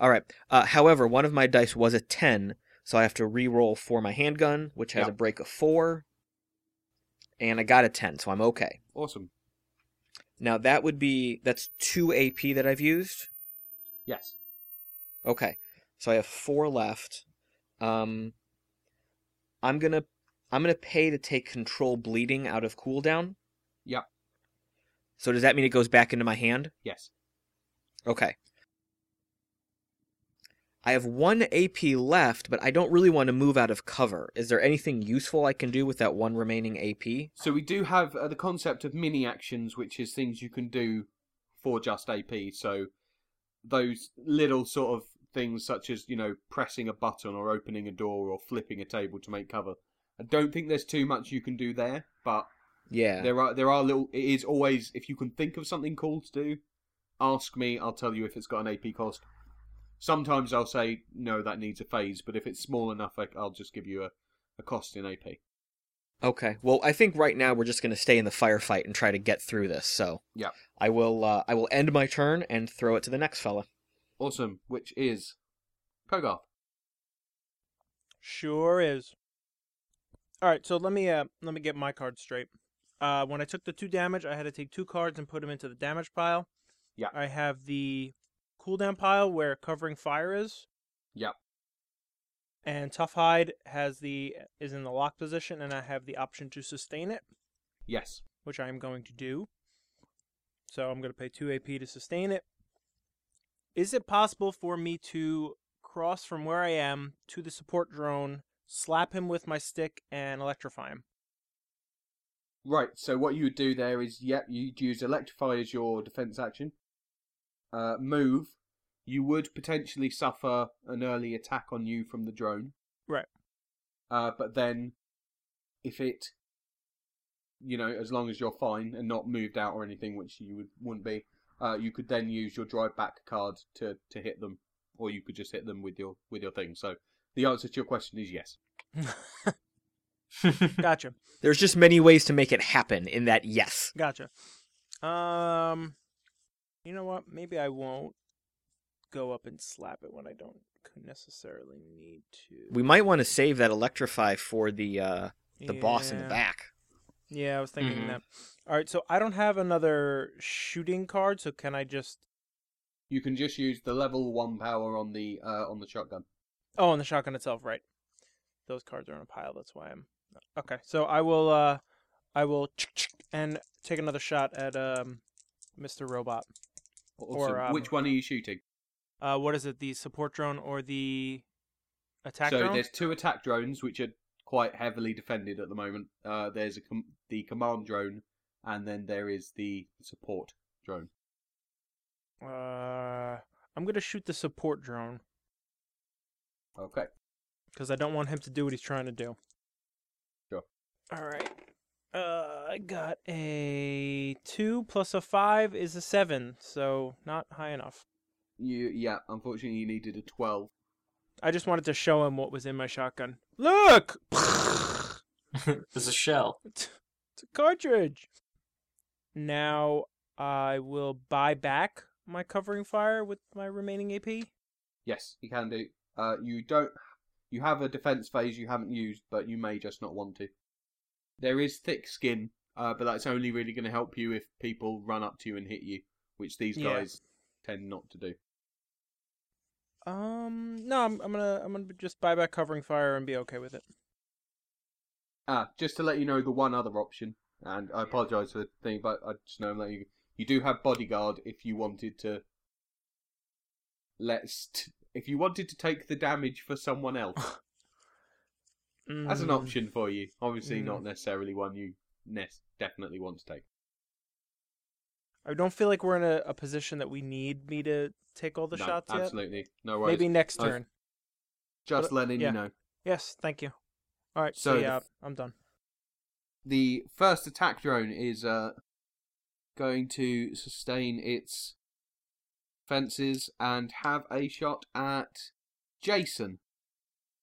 [SPEAKER 4] All right. Uh, however, one of my dice was a 10, so I have to re-roll for my handgun, which has
[SPEAKER 2] Yeah.
[SPEAKER 4] a break of 4. And I got a 10, so I'm okay.
[SPEAKER 2] Awesome.
[SPEAKER 4] Now that would be that's two AP that I've used.
[SPEAKER 2] Yes.
[SPEAKER 4] Okay, so I have four left. Um, I'm gonna I'm gonna pay to take control bleeding out of cooldown.
[SPEAKER 2] Yep.
[SPEAKER 4] So does that mean it goes back into my hand?
[SPEAKER 2] Yes.
[SPEAKER 4] Okay. I have one AP left, but I don't really want to move out of cover. Is there anything useful I can do with that one remaining AP?
[SPEAKER 2] So we do have uh, the concept of mini actions, which is things you can do for just AP. So those little sort of things, such as you know pressing a button or opening a door or flipping a table to make cover. I don't think there's too much you can do there, but
[SPEAKER 4] Yeah.
[SPEAKER 2] there are there are little. It is always if you can think of something cool to do, ask me. I'll tell you if it's got an AP cost. Sometimes I'll say no, that needs a phase, but if it's small enough, I, I'll just give you a, a cost in AP.
[SPEAKER 4] Okay. Well, I think right now we're just going to stay in the firefight and try to get through this. So
[SPEAKER 2] Yeah.
[SPEAKER 4] I will. Uh, I will end my turn and throw it to the next fella.
[SPEAKER 2] Awesome, which is Kogarth.
[SPEAKER 5] Sure is. All right, so let me uh let me get my cards straight. Uh, when I took the two damage, I had to take two cards and put them into the damage pile.
[SPEAKER 2] Yeah.
[SPEAKER 5] I have the cooldown pile where covering fire is.
[SPEAKER 2] Yeah.
[SPEAKER 5] And tough hide has the is in the lock position, and I have the option to sustain it,
[SPEAKER 2] Yes.
[SPEAKER 5] which I am going to do. So I'm going to pay two AP to sustain it. Is it possible for me to cross from where I am to the support drone, slap him with my stick, and electrify him?
[SPEAKER 2] Right, so what you would do there is, yep, you'd use Electrify as your defense action. Uh, move, you would potentially suffer an early attack on you from the drone.
[SPEAKER 5] Right.
[SPEAKER 2] Uh, but then, if it, you know, as long as you're fine and not moved out or anything, which you would, wouldn't be, uh, you could then use your drive back card to, to hit them, or you could just hit them with your with your thing. So the answer to your question is yes.
[SPEAKER 5] Gotcha.
[SPEAKER 4] There's just many ways to make it happen. In that, yes.
[SPEAKER 5] Gotcha. Um, you know what? Maybe I won't go up and slap it when I don't necessarily need to.
[SPEAKER 4] We might want to save that electrify for the uh, the boss in the
[SPEAKER 5] Yeah.
[SPEAKER 4] back.
[SPEAKER 5] Yeah, I was thinking
[SPEAKER 6] Mhm.
[SPEAKER 5] that. All right, so I don't have another shooting card, so can I just?
[SPEAKER 2] You can just use the level one power on the uh, on the shotgun.
[SPEAKER 5] Oh, and the shotgun itself, right? Those cards are in a pile. That's why I'm. Okay, so I will. uh I will and take another shot at um, Mr. Robot.
[SPEAKER 2] Awesome.
[SPEAKER 5] Or, um,
[SPEAKER 2] Which one are you shooting?
[SPEAKER 5] Uh, what is it? The support drone or the attack
[SPEAKER 2] so
[SPEAKER 5] drone?
[SPEAKER 2] there's two attack drones which are quite heavily defended at the moment. Uh, there's a com- the command drone, and then there is the support drone.
[SPEAKER 5] Uh, I'm gonna shoot the support drone
[SPEAKER 2] Okay.
[SPEAKER 5] because I don't want him to do what he's trying to do.
[SPEAKER 2] Sure.
[SPEAKER 5] All right. Uh, I got a two plus a five is a seven, so not high enough.
[SPEAKER 2] You yeah. Unfortunately, you needed a twelve.
[SPEAKER 5] I just wanted to show him what was in my shotgun. Look,
[SPEAKER 6] There's a shell.
[SPEAKER 5] it's it's a cartridge. Now I will buy back my covering fire with my remaining AP.
[SPEAKER 2] Yes, you can do. Uh, you don't. You have a defense phase you haven't used, but you may just not want to. There is thick skin, uh, but that's only really going to help you if people run up to you and hit you, which these
[SPEAKER 5] Yeah.
[SPEAKER 2] guys tend not to do.
[SPEAKER 5] Um, no, I'm, I'm gonna I'm gonna just buy back covering fire and be okay with it.
[SPEAKER 2] Ah, just to let you know the one other option, and I apologise for the thing, but I just know I'm letting you. You do have bodyguard if you wanted to. Let's. T- if you wanted to take the damage for someone else, as an
[SPEAKER 5] Mm.
[SPEAKER 2] option for you. Obviously,
[SPEAKER 5] Mm.
[SPEAKER 2] not necessarily one you ne- definitely want to take.
[SPEAKER 5] I don't feel like we're in a, a position that we need me to take all the
[SPEAKER 2] no,
[SPEAKER 5] shots yet.
[SPEAKER 2] absolutely. No worries.
[SPEAKER 5] Maybe next
[SPEAKER 2] I-
[SPEAKER 5] turn.
[SPEAKER 2] Just
[SPEAKER 5] but-
[SPEAKER 2] letting
[SPEAKER 5] yeah.
[SPEAKER 2] you know.
[SPEAKER 5] Yes, thank you. All right, so,
[SPEAKER 2] So the
[SPEAKER 5] yeah,
[SPEAKER 2] f-
[SPEAKER 5] I'm done.
[SPEAKER 2] The first attack drone is uh, going to sustain its fences and have a shot at Jason.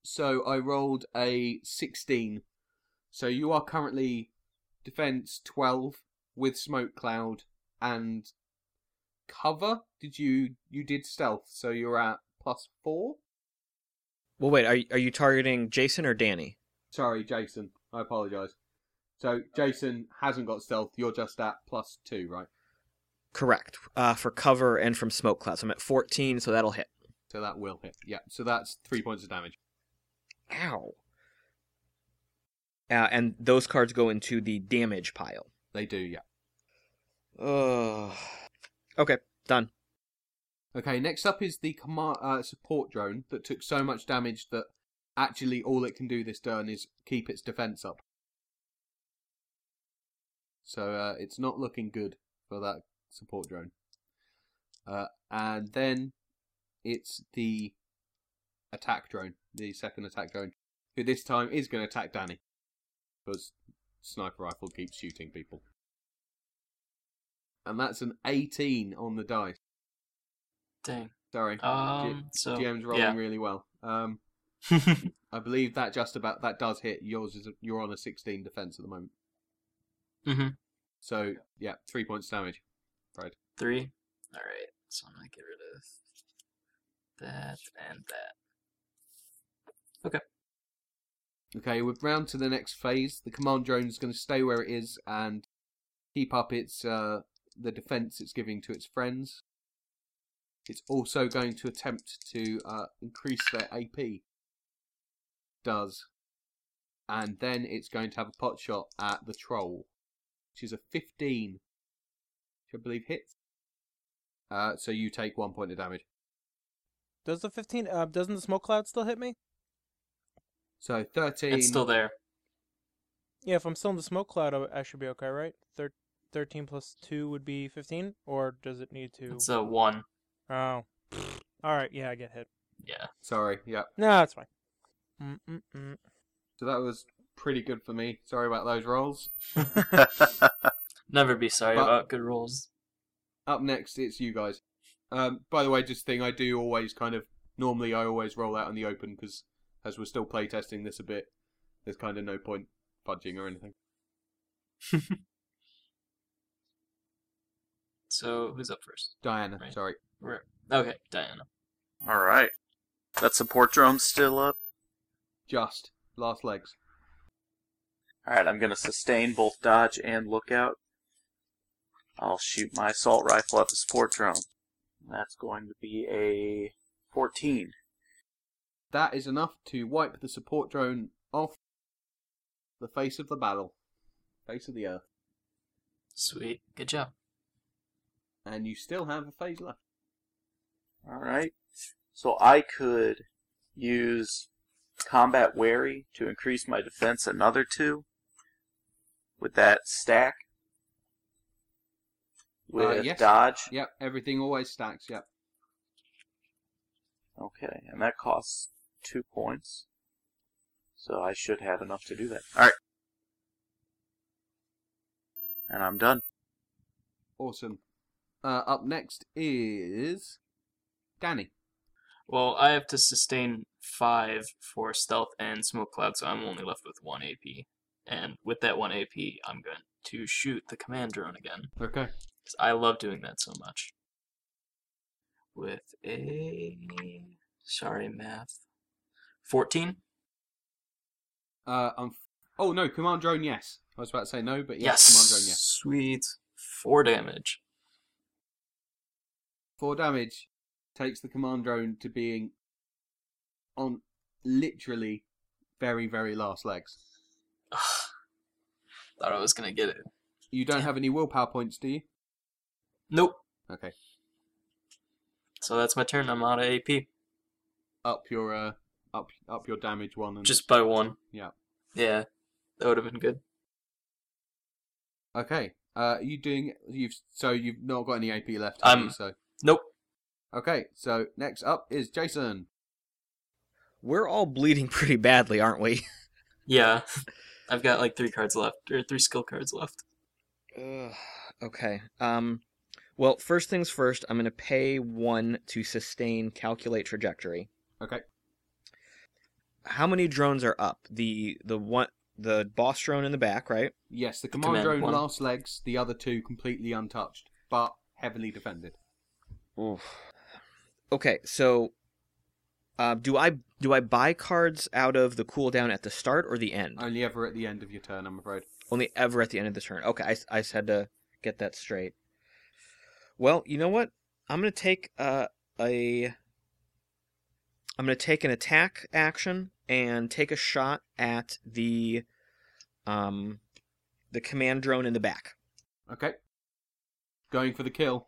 [SPEAKER 2] So I rolled a 16. So you are currently defense 12 with smoke cloud and cover. Did you you did stealth? So you're at plus 4.
[SPEAKER 4] Well, wait. Are are you targeting Jason or Danny?
[SPEAKER 2] Sorry, Jason. I apologize. So Jason hasn't got stealth. You're just at plus 2, right?
[SPEAKER 4] Correct. Uh, for cover and from smoke clouds. I'm at 14, so that'll hit.
[SPEAKER 2] So that will hit. Yeah. So that's three points of damage.
[SPEAKER 4] Ow. Uh, and those cards go into the damage pile.
[SPEAKER 2] They do. Yeah.
[SPEAKER 4] Ugh. Okay, done.
[SPEAKER 2] Okay. Next up is the command uh, support drone that took so much damage that actually all it can do this turn is keep its defense up. So uh, it's not looking good for that support drone. Uh, and then it's the attack drone, the second attack drone, who this time is going to attack Danny because sniper rifle keeps shooting people. And that's an 18 on the dice.
[SPEAKER 6] Dang.
[SPEAKER 2] Sorry,
[SPEAKER 6] Um. So
[SPEAKER 2] GM's rolling
[SPEAKER 6] yeah.
[SPEAKER 2] really well. Um, I believe that just about that does hit. Yours is you're on a 16 defense at the moment.
[SPEAKER 6] hmm
[SPEAKER 2] So yeah, three points damage.
[SPEAKER 6] Three. All right. So I'm gonna get rid of that and that.
[SPEAKER 2] Okay, we're round to the next phase. The command drone is going to stay where it is and keep up its uh, the defense it's giving to its friends. It's also going to attempt to uh, increase their AP. Does, and then it's going to have a pot shot at the troll, which is a fifteen, which I believe hits. Uh, so you take one point of damage.
[SPEAKER 5] Does the 15, uh, doesn't the smoke cloud still hit me?
[SPEAKER 2] So thirteen.
[SPEAKER 6] It's still there.
[SPEAKER 5] Yeah, if I'm still in the smoke cloud, I, I should be okay, right? Thir- 13 plus 2 would be 15? Or does it need to.
[SPEAKER 6] It's a one.
[SPEAKER 5] Oh. Alright, yeah, I get hit.
[SPEAKER 6] Yeah.
[SPEAKER 2] Sorry, yeah.
[SPEAKER 5] No, it's fine. Mm-mm-mm.
[SPEAKER 2] So that was pretty good for me. Sorry about those rolls.
[SPEAKER 6] Never be sorry
[SPEAKER 2] But-
[SPEAKER 6] about good rolls.
[SPEAKER 2] up next it's you guys um by the way just thing i do always kind of normally i always roll out in the open because as we're still playtesting this a bit there's kind of no point fudging or anything
[SPEAKER 6] So who's up first?
[SPEAKER 2] diana
[SPEAKER 6] Right.
[SPEAKER 2] sorry
[SPEAKER 6] We're... Okay, Diana.
[SPEAKER 3] All right. That support drone still up.
[SPEAKER 2] just last legs
[SPEAKER 3] All right, I'm gonna sustain both dodge and lookout. I'll shoot my assault rifle at the support drone. That's going to be a 14.
[SPEAKER 2] that is enough to wipe the support drone off the face of the battle face of the earth
[SPEAKER 6] Sweet. Good job.
[SPEAKER 2] and you still have a phase left
[SPEAKER 3] All right. So I could use combat wary to increase my defense another two with that stack. With
[SPEAKER 2] yes.
[SPEAKER 3] dodge.
[SPEAKER 2] yep everything always stacks yep
[SPEAKER 3] Okay, and that costs two points. So I should have enough to do that. Alright. And I'm done.
[SPEAKER 2] awesome uh up next is danny
[SPEAKER 6] Well, I have to sustain five for stealth and smoke cloud, so I'm only left with one AP. And with that one AP, I'm going to shoot the command drone again.
[SPEAKER 2] okay
[SPEAKER 6] 'cause I love doing that so much. With a. Sorry, math. 14?
[SPEAKER 2] Uh, um, oh no, command drone. Yes, I was about to say no, but yes,
[SPEAKER 6] yes!
[SPEAKER 2] command drone. Yes,
[SPEAKER 6] Sweet. Four damage.
[SPEAKER 2] four damage takes the command drone to being on literally very very last legs.
[SPEAKER 6] Ugh. Thought I was going to get it.
[SPEAKER 2] You don't have any willpower points, do you?
[SPEAKER 6] Nope.
[SPEAKER 2] Okay,
[SPEAKER 6] So that's my turn. I'm out of AP.
[SPEAKER 2] up your uh, up up your damage one and
[SPEAKER 6] Just by one.
[SPEAKER 2] Mm. Yeah.
[SPEAKER 6] Yeah. That would have been good.
[SPEAKER 2] okay. Uh, you doing you've so you've not got any AP left. have
[SPEAKER 6] I'm-
[SPEAKER 2] you, so
[SPEAKER 6] Um, Nope.
[SPEAKER 2] okay. So next up is Jason.
[SPEAKER 4] We're all bleeding pretty badly, aren't we?
[SPEAKER 6] Yeah. I've got like three cards left, or three skill cards left.
[SPEAKER 4] Ugh. Okay. Um, well, first things first, I'm going to pay one to sustain calculate trajectory.
[SPEAKER 2] Okay,
[SPEAKER 4] How many drones are up? The the one the boss drone in the back, right?
[SPEAKER 2] yes, the command,
[SPEAKER 6] command
[SPEAKER 2] drone
[SPEAKER 6] one.
[SPEAKER 2] last legs. The other two completely untouched, but heavily defended.
[SPEAKER 4] Oof. Okay, so uh, do I do I buy cards out of the cooldown at the start or the end?
[SPEAKER 2] Only ever at the end of your turn, I'm afraid.
[SPEAKER 4] Only ever at the end of the turn. Okay, I, s- I s- had to get that straight. Well, you know what? I'm gonna take uh, a. I'm gonna take an attack action and take a shot at the, um, the command drone in the back.
[SPEAKER 2] Okay. Going for the kill.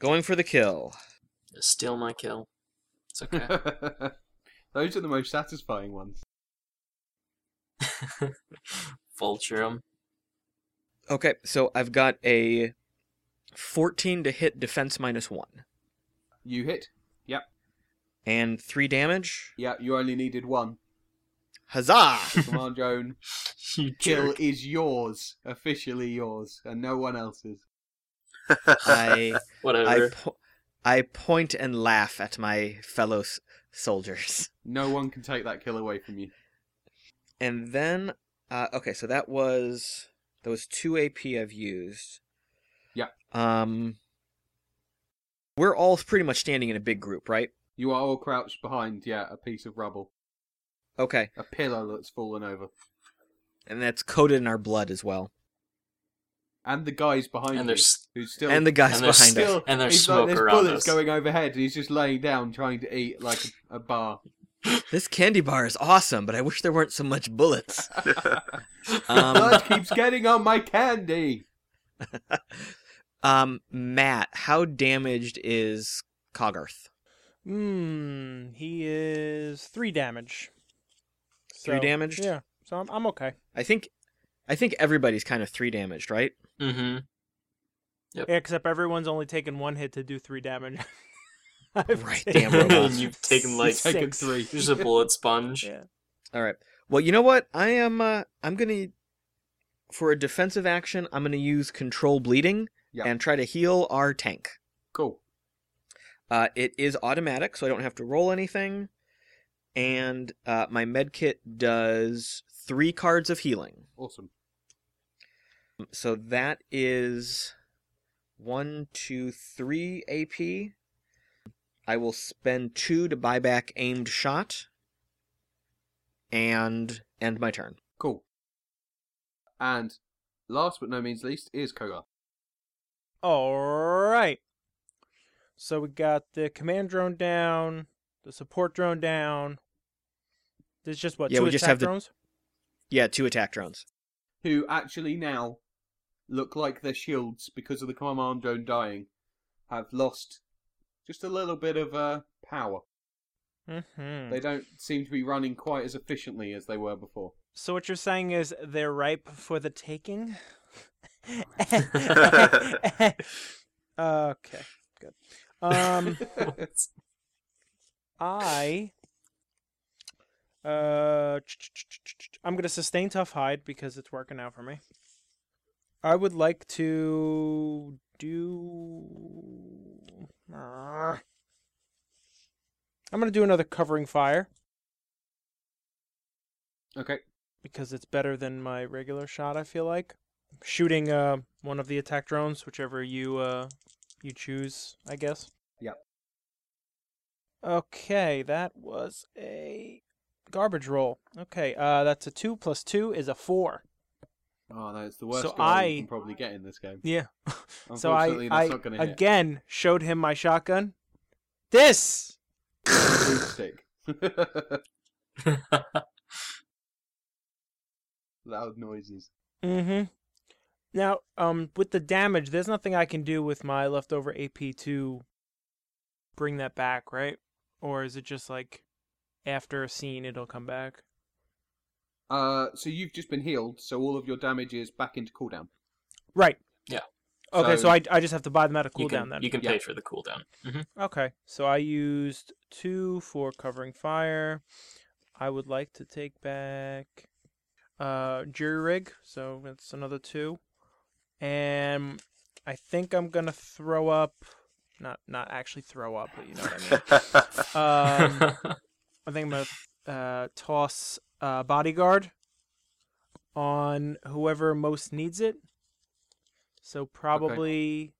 [SPEAKER 4] Going for the kill.
[SPEAKER 6] Steal my kill. It's okay.
[SPEAKER 2] Those are the most satisfying ones.
[SPEAKER 6] Vulture 'em.
[SPEAKER 4] Okay, so I've got a 14 to hit defense minus one
[SPEAKER 2] You hit.
[SPEAKER 4] and three damage.
[SPEAKER 2] Yeah, you only needed one.
[SPEAKER 6] Ah.
[SPEAKER 4] Huzzah!
[SPEAKER 2] Command Joan,
[SPEAKER 6] You
[SPEAKER 2] kill
[SPEAKER 6] jerk.
[SPEAKER 2] is yours, officially yours, and no one else's.
[SPEAKER 4] I I,
[SPEAKER 6] Whatever.
[SPEAKER 4] po- I point and laugh at my fellow s- soldiers.
[SPEAKER 2] No one can take that kill away from you.
[SPEAKER 4] And then, uh, okay, so that was that was two AP I've used.
[SPEAKER 2] Yeah.
[SPEAKER 4] Um, we're all pretty much standing in a big group, right?
[SPEAKER 2] You are all crouched behind, yeah, a piece of rubble.
[SPEAKER 4] Okay,
[SPEAKER 2] A pillar that's fallen over.
[SPEAKER 4] and that's coated in our blood as well.
[SPEAKER 2] And the guys behind
[SPEAKER 6] And
[SPEAKER 2] you,
[SPEAKER 6] there's
[SPEAKER 2] who's still...
[SPEAKER 4] and the guys
[SPEAKER 6] and
[SPEAKER 4] behind
[SPEAKER 6] there's
[SPEAKER 4] us.
[SPEAKER 6] still- and there's
[SPEAKER 2] he's
[SPEAKER 6] smoke
[SPEAKER 2] like, there's
[SPEAKER 6] around
[SPEAKER 2] bullets
[SPEAKER 6] us.
[SPEAKER 2] going overhead, and he's just laying down trying to eat like a, a bar.
[SPEAKER 4] This candy bar is awesome, but I wish there weren't so much bullets. Um,
[SPEAKER 2] Blood keeps getting on my candy!
[SPEAKER 4] um, Matt, how damaged is Cogarth?
[SPEAKER 5] Hmm. He is three damage.
[SPEAKER 4] Three
[SPEAKER 5] So,
[SPEAKER 4] damaged.
[SPEAKER 5] Yeah. So I'm I'm okay.
[SPEAKER 4] I think, I think everybody's kind of three damaged, right?
[SPEAKER 6] mm-hmm.
[SPEAKER 5] Except everyone's only taken one hit to do three damage. I've
[SPEAKER 4] Right,
[SPEAKER 5] taken-
[SPEAKER 4] damn robots.
[SPEAKER 6] You've taken, like,
[SPEAKER 2] He's taken
[SPEAKER 5] six.
[SPEAKER 2] three.
[SPEAKER 6] There's a bullet sponge.
[SPEAKER 5] Yeah.
[SPEAKER 4] All right. Well, you know what? I am. Uh, I'm gonna for a defensive action. I'm gonna use control bleeding
[SPEAKER 2] Yeah.
[SPEAKER 4] and try to heal our tank.
[SPEAKER 2] Cool.
[SPEAKER 4] Uh, it is automatic, so I don't have to roll anything. And uh, my med kit does three cards of healing.
[SPEAKER 2] Awesome.
[SPEAKER 4] So that is one, two, three AP. I will spend two to buy back aimed shot. And end my turn.
[SPEAKER 2] Cool. And last but no means least is Kogar.
[SPEAKER 5] All right. So we got the command drone down, the support drone down. There's just what
[SPEAKER 4] Yeah,
[SPEAKER 5] two
[SPEAKER 4] we
[SPEAKER 5] attack
[SPEAKER 4] just have the-
[SPEAKER 5] drones.
[SPEAKER 4] Yeah, two attack drones.
[SPEAKER 2] who actually now look like their shields because of the command drone dying have lost just a little bit of uh, power.
[SPEAKER 5] hmm
[SPEAKER 2] They don't seem to be running quite as efficiently as they were before.
[SPEAKER 5] So what you're saying is they're ripe for the taking. okay, good. Um, I. Uh, I'm gonna sustain tough hide because it's working out for me. I would like to do. Arrgh. I'm gonna do another covering fire
[SPEAKER 2] Okay,
[SPEAKER 5] because it's better than my regular shot. I feel like shooting uh one of the attack drones, whichever you uh you choose, I guess.
[SPEAKER 2] Yep.
[SPEAKER 5] Okay, that was a garbage roll. Okay, uh, that's a two plus two is a four.
[SPEAKER 2] oh, that's the worst
[SPEAKER 5] So
[SPEAKER 2] guy you
[SPEAKER 5] I-
[SPEAKER 2] can probably get in this game.
[SPEAKER 5] Yeah. so I
[SPEAKER 2] Unfortunately,
[SPEAKER 5] I
[SPEAKER 2] that's not going to hit.
[SPEAKER 5] again showed him my shotgun. This.
[SPEAKER 2] Boot stick. Loud noises.
[SPEAKER 5] Mm-hmm. Now, um, with the damage, there's nothing I can do with my leftover AP to bring that back, right? Or is it just like after a scene it'll come back?
[SPEAKER 2] Uh, so you've just been healed, so all of your damage is back into cooldown.
[SPEAKER 5] Right.
[SPEAKER 6] Yeah.
[SPEAKER 5] Okay, so,
[SPEAKER 2] So-
[SPEAKER 5] I I just have to buy them at a
[SPEAKER 6] you
[SPEAKER 5] cooldown
[SPEAKER 6] can,
[SPEAKER 5] then.
[SPEAKER 6] You can
[SPEAKER 2] Yeah.
[SPEAKER 6] pay for the cooldown. Mm-hmm.
[SPEAKER 5] Okay. So I used two for covering fire. I would like to take back uh jury rig, so that's another two. And I think I'm gonna throw up not not actually throw up, but you know what I mean. Um, I think I'm gonna uh, toss uh, bodyguard on whoever most needs it. So probably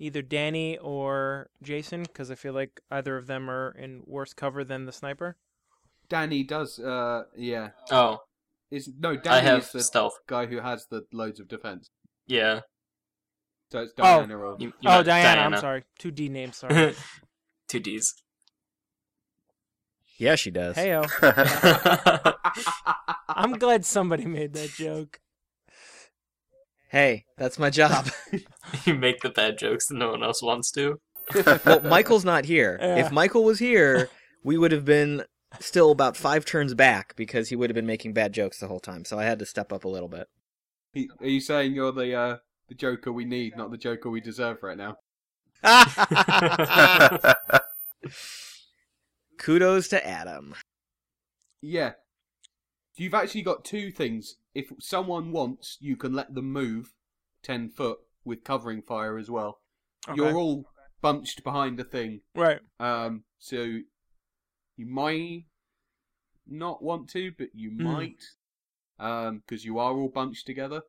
[SPEAKER 5] either Danny or Jason, because I feel like either of them are in worse cover than the sniper.
[SPEAKER 2] Danny does, uh, yeah.
[SPEAKER 6] oh,
[SPEAKER 2] Is no
[SPEAKER 6] I
[SPEAKER 2] Danny
[SPEAKER 6] have
[SPEAKER 2] is the
[SPEAKER 6] stealth.
[SPEAKER 2] guy who has the loads of defense.
[SPEAKER 6] Yeah.
[SPEAKER 2] So it's Diana or
[SPEAKER 6] You- you
[SPEAKER 5] Oh,
[SPEAKER 6] meant
[SPEAKER 5] Diana, I'm sorry. Two D names, sorry.
[SPEAKER 6] Two D's.
[SPEAKER 4] Yeah, she does.
[SPEAKER 5] Heyo. I'm glad somebody made that joke.
[SPEAKER 4] Hey, that's my job.
[SPEAKER 6] you make the bad jokes that no one else wants to.
[SPEAKER 4] well, Michael's not here.
[SPEAKER 5] Yeah.
[SPEAKER 4] If Michael was here, we would have been still about five turns back because he would have been making bad jokes the whole time. So I had to step up a little bit.
[SPEAKER 2] He- Are you saying you're the uh, the Joker we need, not the Joker we deserve right now?
[SPEAKER 4] Kudos to Adam.
[SPEAKER 2] Yeah. You've actually got two things. If someone wants, you can let them move ten foot with covering fire as well. You're
[SPEAKER 5] Okay.
[SPEAKER 2] all bunched behind a thing,
[SPEAKER 5] Right.
[SPEAKER 2] um, so you might not want to, but you
[SPEAKER 6] Hmm.
[SPEAKER 2] might, because you are all bunched together.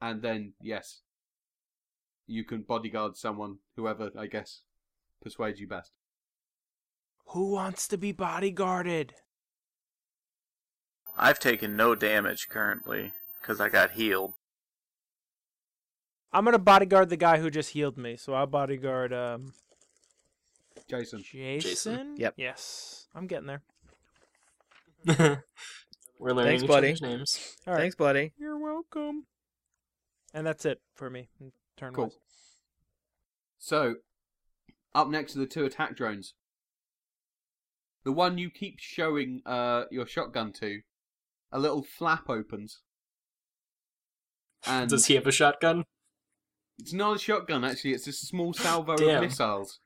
[SPEAKER 2] And then, yes, you can bodyguard someone, whoever I guess persuades you best.
[SPEAKER 5] Who wants to be bodyguarded?
[SPEAKER 3] I've taken no damage currently because I got healed.
[SPEAKER 5] I'm gonna bodyguard the guy who just healed me, so I'll bodyguard um
[SPEAKER 2] Jason,
[SPEAKER 5] Jason.
[SPEAKER 4] Yep.
[SPEAKER 5] Yes. I'm getting there.
[SPEAKER 6] We're learning
[SPEAKER 4] Thanks,
[SPEAKER 6] each
[SPEAKER 4] buddy.
[SPEAKER 6] other's names.
[SPEAKER 5] All right.
[SPEAKER 4] Thanks, buddy.
[SPEAKER 5] You're welcome. And that's it for me. Turn
[SPEAKER 2] cool.
[SPEAKER 5] wise.
[SPEAKER 2] So, up next are the two attack drones. The one you keep showing uh, your shotgun to, a little flap opens. And
[SPEAKER 6] Does he have a shotgun?
[SPEAKER 2] It's not a shotgun, actually. It's a small salvo of
[SPEAKER 6] Damn.
[SPEAKER 2] missiles.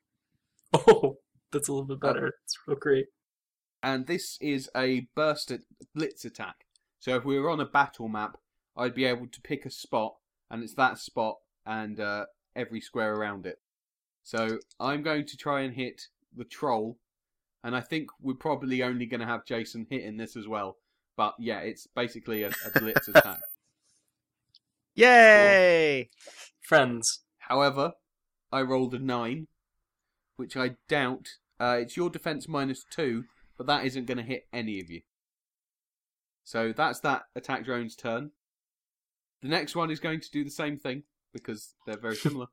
[SPEAKER 6] Oh, that's a little bit better.
[SPEAKER 5] Oh.
[SPEAKER 6] It's real great.
[SPEAKER 2] And this is a burst at blitz attack. So if we were on a battle map, I'd be able to pick a spot, and it's that spot and uh, every square around it. So I'm going to try and hit the troll, and I think we're probably only going to have Jason hitting this as well. But yeah, it's basically a, a blitz attack.
[SPEAKER 4] Yay!
[SPEAKER 6] Friends.
[SPEAKER 2] However, I rolled a nine, which I doubt. Uh, it's your defense minus two, but that isn't going to hit any of you. So that's that attack drone's turn. The next one is going to do the same thing because they're very similar,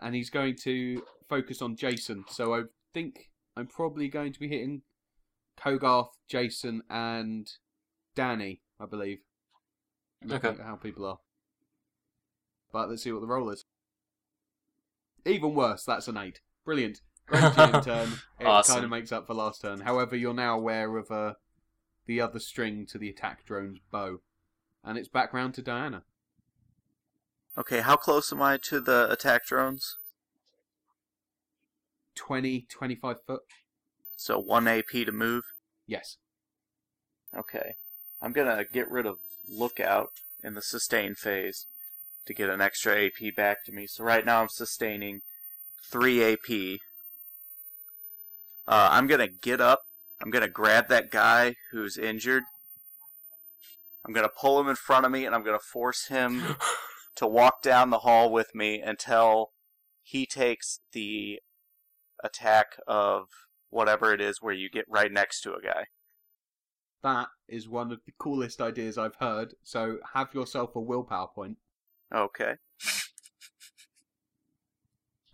[SPEAKER 2] and he's going to focus on Jason. So I think I'm probably going to be hitting Kogarth, Jason, and Danny. I believe. Looking
[SPEAKER 6] Okay.
[SPEAKER 2] at how people are. But let's see what the roll is. Even worse, that's an eight. Brilliant. Great team turn. It
[SPEAKER 6] Awesome.
[SPEAKER 2] kind of makes up for last turn. However, you're now aware of uh, the other string to the attack drone's bow, and it's back round to Diana.
[SPEAKER 3] Okay, how close am I to the attack drones?
[SPEAKER 2] 20, 25 foot.
[SPEAKER 3] So 1 AP to move.
[SPEAKER 2] Yes.
[SPEAKER 3] Okay. I'm gonna get rid of lookout in the sustain phase to get an extra AP back to me. So right now I'm sustaining 3 AP. Uh, I'm gonna get up. I'm gonna grab that guy who's injured. I'm gonna pull him in front of me and I'm gonna force him to walk down the hall with me until he takes the attack of whatever it is where you get right next to a guy.
[SPEAKER 2] That is one of the coolest ideas I've heard, so have yourself a willpower point.
[SPEAKER 3] Okay.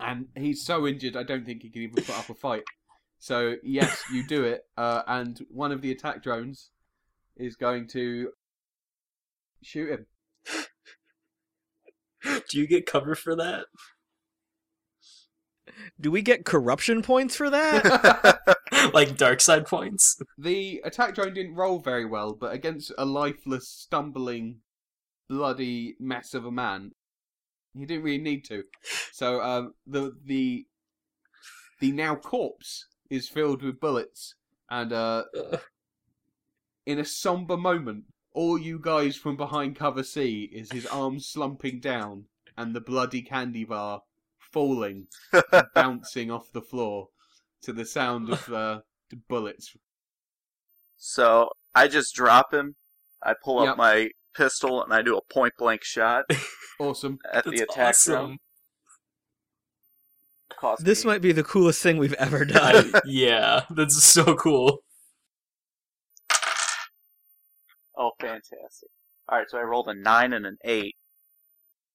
[SPEAKER 2] And he's so injured, I don't think he can even put up a fight. So, yes, you do it, uh, and one of the attack drones is going to shoot him.
[SPEAKER 6] Do you get cover for that?
[SPEAKER 4] Do we get corruption points for that?
[SPEAKER 6] like dark side points?
[SPEAKER 2] The attack drone didn't roll very well, but against a lifeless, stumbling, bloody mess of a man, he didn't really need to. So um, the the the now corpse is filled with bullets, and uh,
[SPEAKER 6] Ugh.
[SPEAKER 2] in a somber moment, all you guys from behind cover see is his arms slumping down and the bloody candy bar falling, and bouncing off the floor to the sound of uh, the bullets
[SPEAKER 3] So I just drop him. I pull up
[SPEAKER 2] Yep.
[SPEAKER 3] my pistol and I do a point blank shot
[SPEAKER 2] Awesome.
[SPEAKER 3] at
[SPEAKER 6] That's
[SPEAKER 3] the attack
[SPEAKER 6] awesome.
[SPEAKER 3] drone. Cost
[SPEAKER 4] this
[SPEAKER 3] me-
[SPEAKER 4] might be the coolest thing we've ever done.
[SPEAKER 6] I- yeah, that's so cool.
[SPEAKER 3] Oh, fantastic! All right, so I rolled a nine and an eight.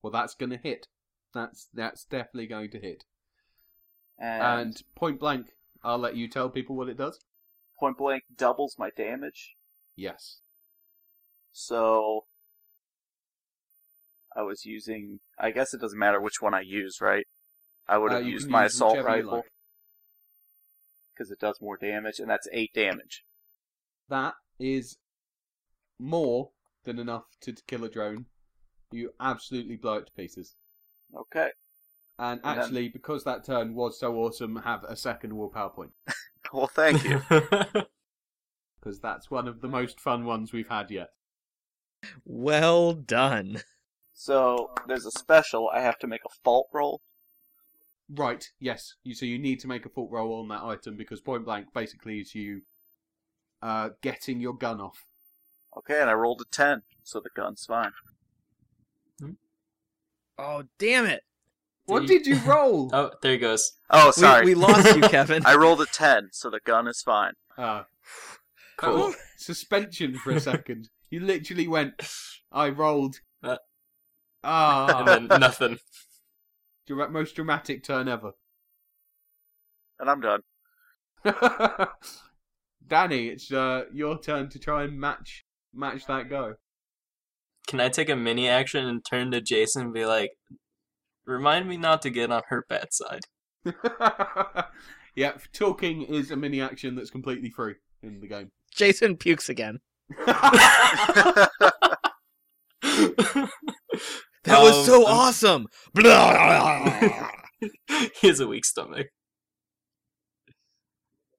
[SPEAKER 2] Well, that's going to hit. That's that's definitely going to hit.
[SPEAKER 3] And,
[SPEAKER 2] And point blank, I'll let you tell people what it does.
[SPEAKER 3] point blank doubles my damage.
[SPEAKER 2] Yes.
[SPEAKER 3] So I was using. I guess it doesn't matter which one I use, right? I would
[SPEAKER 2] Uh,
[SPEAKER 3] have
[SPEAKER 2] you
[SPEAKER 3] used
[SPEAKER 2] can
[SPEAKER 3] my
[SPEAKER 2] use
[SPEAKER 3] assault
[SPEAKER 2] whichever you
[SPEAKER 3] rifle
[SPEAKER 2] like.
[SPEAKER 3] because it does more damage, and that's eight damage.
[SPEAKER 2] That is more than enough to t- kill a drone. You absolutely blow it to pieces.
[SPEAKER 3] Okay.
[SPEAKER 2] And
[SPEAKER 3] And then-
[SPEAKER 2] actually, because that turn was so awesome, have a second willpower point
[SPEAKER 3] Well, thank you.
[SPEAKER 2] because that's one of the most fun ones we've had yet.
[SPEAKER 4] Well done.
[SPEAKER 3] so there's a special. I have to make a fault roll.
[SPEAKER 2] Right. Yes. You, so you need to make a fault roll on that item because point blank basically is you uh, getting your gun off.
[SPEAKER 3] Okay, and I rolled a ten, so the gun's fine.
[SPEAKER 4] Oh, damn it.
[SPEAKER 2] What
[SPEAKER 6] you-
[SPEAKER 2] did you roll?
[SPEAKER 6] oh, there he goes.
[SPEAKER 3] Oh,
[SPEAKER 4] We-
[SPEAKER 3] sorry.
[SPEAKER 4] We, lost you, Kevin.
[SPEAKER 3] I rolled a ten, so the gun is fine.
[SPEAKER 2] Uh,
[SPEAKER 6] Cool.
[SPEAKER 2] suspension for a second. You literally went. I rolled.
[SPEAKER 6] Uh.
[SPEAKER 2] Ah,
[SPEAKER 6] and then Oh, nothing.
[SPEAKER 2] dra- most dramatic turn ever.
[SPEAKER 3] And I'm done.
[SPEAKER 2] Danny, it's uh, your turn to try and match match that go.
[SPEAKER 6] Can I take a mini action and turn to Jason and be like, remind me not to get on her bad side?
[SPEAKER 2] yeah, talking is a mini action that's completely free in the game.
[SPEAKER 4] Jason pukes again. That
[SPEAKER 6] Um,
[SPEAKER 4] was so
[SPEAKER 6] I'm-
[SPEAKER 4] awesome. Blah.
[SPEAKER 6] he has a weak stomach.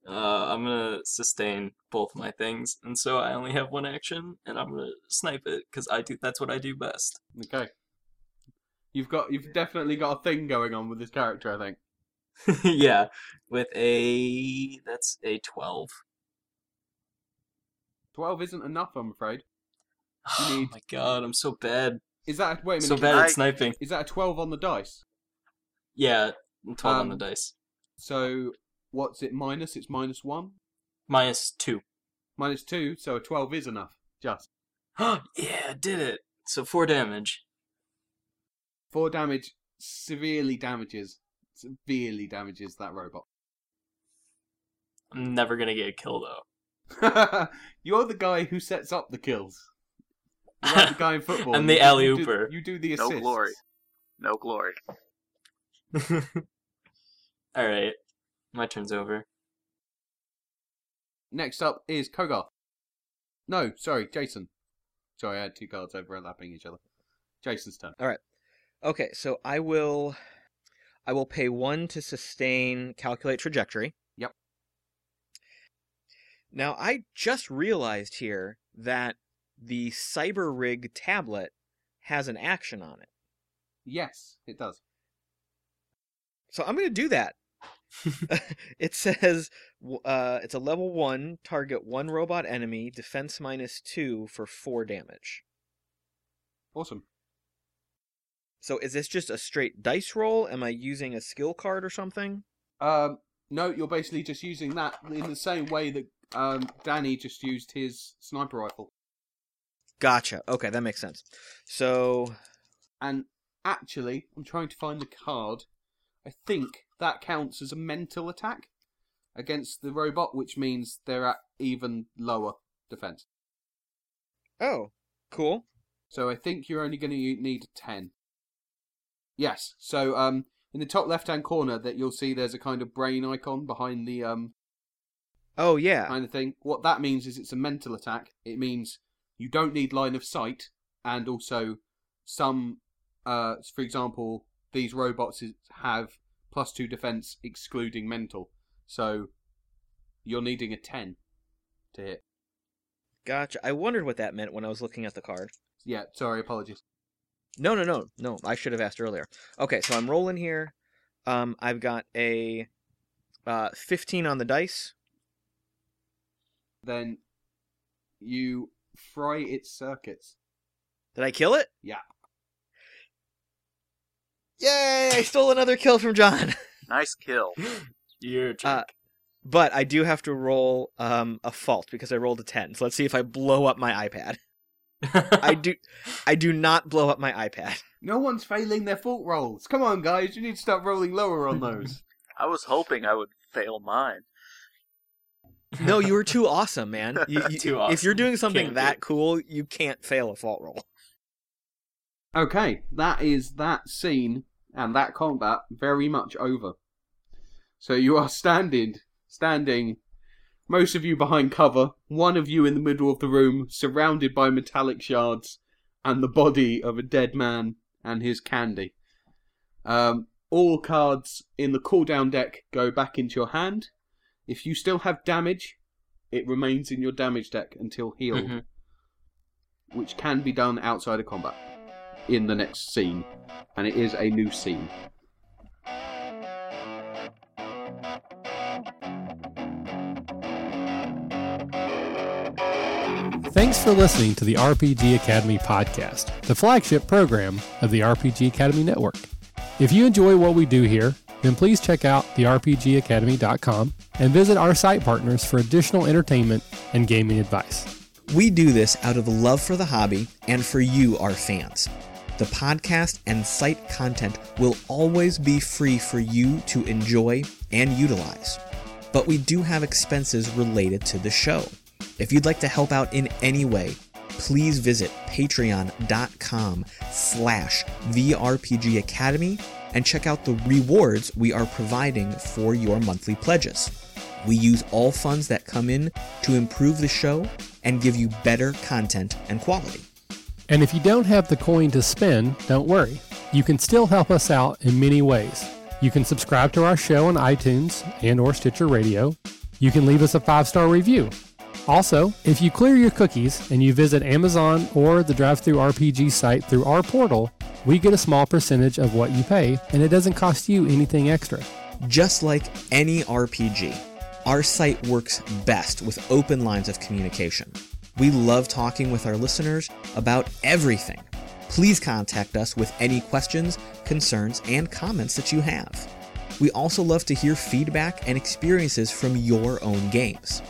[SPEAKER 6] Uh, I'm gonna sustain both my things, and so I only have one action, and I'm gonna snipe it because I do. That's what I do best.
[SPEAKER 2] Okay. You've got you've definitely got a thing going on with this character, I think.
[SPEAKER 6] yeah, with a that's a twelve.
[SPEAKER 2] Twelve isn't enough, I'm afraid.
[SPEAKER 6] Oh
[SPEAKER 2] need-
[SPEAKER 6] my god, I'm so bad,
[SPEAKER 2] Is that wait a minute?
[SPEAKER 6] so bad at
[SPEAKER 3] I-
[SPEAKER 6] sniping.
[SPEAKER 2] Is that a twelve on the dice?
[SPEAKER 6] Yeah, twelve on the
[SPEAKER 2] Um,
[SPEAKER 6] dice.
[SPEAKER 2] So what's it minus? It's minus one,
[SPEAKER 6] Minus two.
[SPEAKER 2] minus two. So a twelve is enough. Just
[SPEAKER 6] yeah, I did it. So four damage.
[SPEAKER 2] four damage severely damages severely damages that robot.
[SPEAKER 6] I'm never gonna get a kill though.
[SPEAKER 2] You're the guy who sets up the kills. You're like the guy in football. You
[SPEAKER 6] I'm
[SPEAKER 2] do-
[SPEAKER 6] the
[SPEAKER 2] you do-
[SPEAKER 6] alley-ooper.
[SPEAKER 2] You do the
[SPEAKER 3] No
[SPEAKER 2] assists.
[SPEAKER 3] glory. No glory.
[SPEAKER 6] All right, my turn's over.
[SPEAKER 2] Next up is Kogar. No, sorry, Jason. Sorry, I had two cards overlapping each other. Jason's turn.
[SPEAKER 4] okay, so I will I will pay 1 to sustain calculate trajectory.
[SPEAKER 2] Yep.
[SPEAKER 4] Now, I just realized here that the Cyber Rig tablet has an action on it.
[SPEAKER 2] Yes, it does.
[SPEAKER 4] So I'm going to do that. it says w- uh, it's a level one target one robot enemy defense minus two for four damage.
[SPEAKER 2] Awesome.
[SPEAKER 4] So is this just a straight dice roll? Am I using a skill card or something?
[SPEAKER 2] Um, no, you're basically just using that in the same way that um, Danny just used his sniper rifle.
[SPEAKER 4] Gotcha. Okay, that makes sense. So
[SPEAKER 2] And actually, I'm trying to find the card. I think that counts as a mental attack against the robot, which means they're at even lower defense.
[SPEAKER 4] oh, cool.
[SPEAKER 2] So I think you're only going to need a 10. Yes. So um, in the top left-hand corner that you'll see there's a kind of brain icon behind the um,
[SPEAKER 4] Oh yeah.
[SPEAKER 2] kind of thing. What that means is it's a mental attack. It means you don't need line of sight and also some uh, for example, these robots is- have plus 2 defense excluding mental. So you're needing a 10 to hit.
[SPEAKER 4] Gotcha. I wondered what that meant when I was looking at the card.
[SPEAKER 2] Yeah, sorry, apologies.
[SPEAKER 4] No, no, no, no. I should have asked earlier. Okay, so I'm rolling here. Um, I've got a uh, 15 on the dice.
[SPEAKER 2] Then you fry its circuits.
[SPEAKER 4] Did I kill it?
[SPEAKER 2] Yeah.
[SPEAKER 4] Yay! I stole another kill from John.
[SPEAKER 3] Nice kill.
[SPEAKER 6] You're a jerk.
[SPEAKER 4] Uh, But I do have to roll um, a fault because I rolled a 10. So let's see if I blow up my iPad. I do I do not blow up my iPad.
[SPEAKER 2] No one's failing their fault rolls. Come on, guys, you need to start rolling lower on those.
[SPEAKER 3] I was hoping I would fail mine.
[SPEAKER 4] No, you were too awesome, man. You, you-
[SPEAKER 6] Too
[SPEAKER 4] If you're
[SPEAKER 6] awesome.
[SPEAKER 4] doing something
[SPEAKER 6] Can't do
[SPEAKER 4] that
[SPEAKER 6] it.
[SPEAKER 4] cool, you can't fail a fault roll.
[SPEAKER 2] okay, that is that scene and that combat very much over. So you are standing, standing, most of you behind cover, one of you in the middle of the room, surrounded by metallic shards and the body of a dead man and his candy. Um, all cards in the cooldown deck go back into your hand. If you still have damage, it remains in your damage deck until healed,
[SPEAKER 6] Mhm.
[SPEAKER 2] which can be done outside of combat in the next scene. And it is a new scene.
[SPEAKER 1] Thanks for listening to the RPG Academy podcast, the flagship program of the RPG Academy Network. If you enjoy what we do here, then please check out therpgacademy.com and visit our site partners for additional entertainment and gaming advice.
[SPEAKER 4] We do this out of love for the hobby and for you, our fans. The podcast and site content will always be free for you to enjoy and utilize. But we do have expenses related to the show. If you'd like to help out in any way, please visit patreon.com slash VRPG Academy and check out the rewards we are providing for your monthly pledges. We use all funds that come in to improve the show and give you better content and quality.
[SPEAKER 1] And if you don't have the coin to spend, don't worry. You can still help us out in many ways. You can subscribe to our show on iTunes and or Stitcher Radio. You can leave us a 5-star review. Also, if you clear your cookies and you visit Amazon or the Drive-Thru RPG site through our portal, we get a small percentage of what you pay and it doesn't cost you anything extra.
[SPEAKER 4] Just like any RPG, our site works best with open lines of communication. We love talking with our listeners about everything. Please contact us with any questions, concerns, and comments that you have. We also love to hear feedback and experiences from your own games.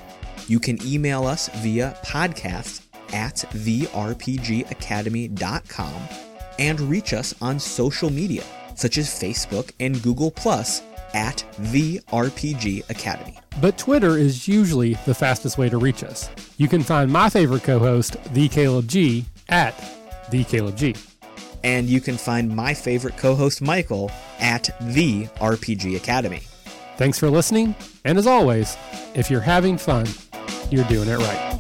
[SPEAKER 4] You can email us via podcast at therpgacademy.com and reach us on social media such as Facebook and Google Plus at the RPG Academy.
[SPEAKER 1] But Twitter is usually the fastest way to reach us. You can find my favorite co-host, the Caleb G, at the Caleb G.
[SPEAKER 4] And you can find my favorite co-host Michael at the RPG Academy.
[SPEAKER 1] Thanks for listening, and as always, if you're having fun, you're doing it right.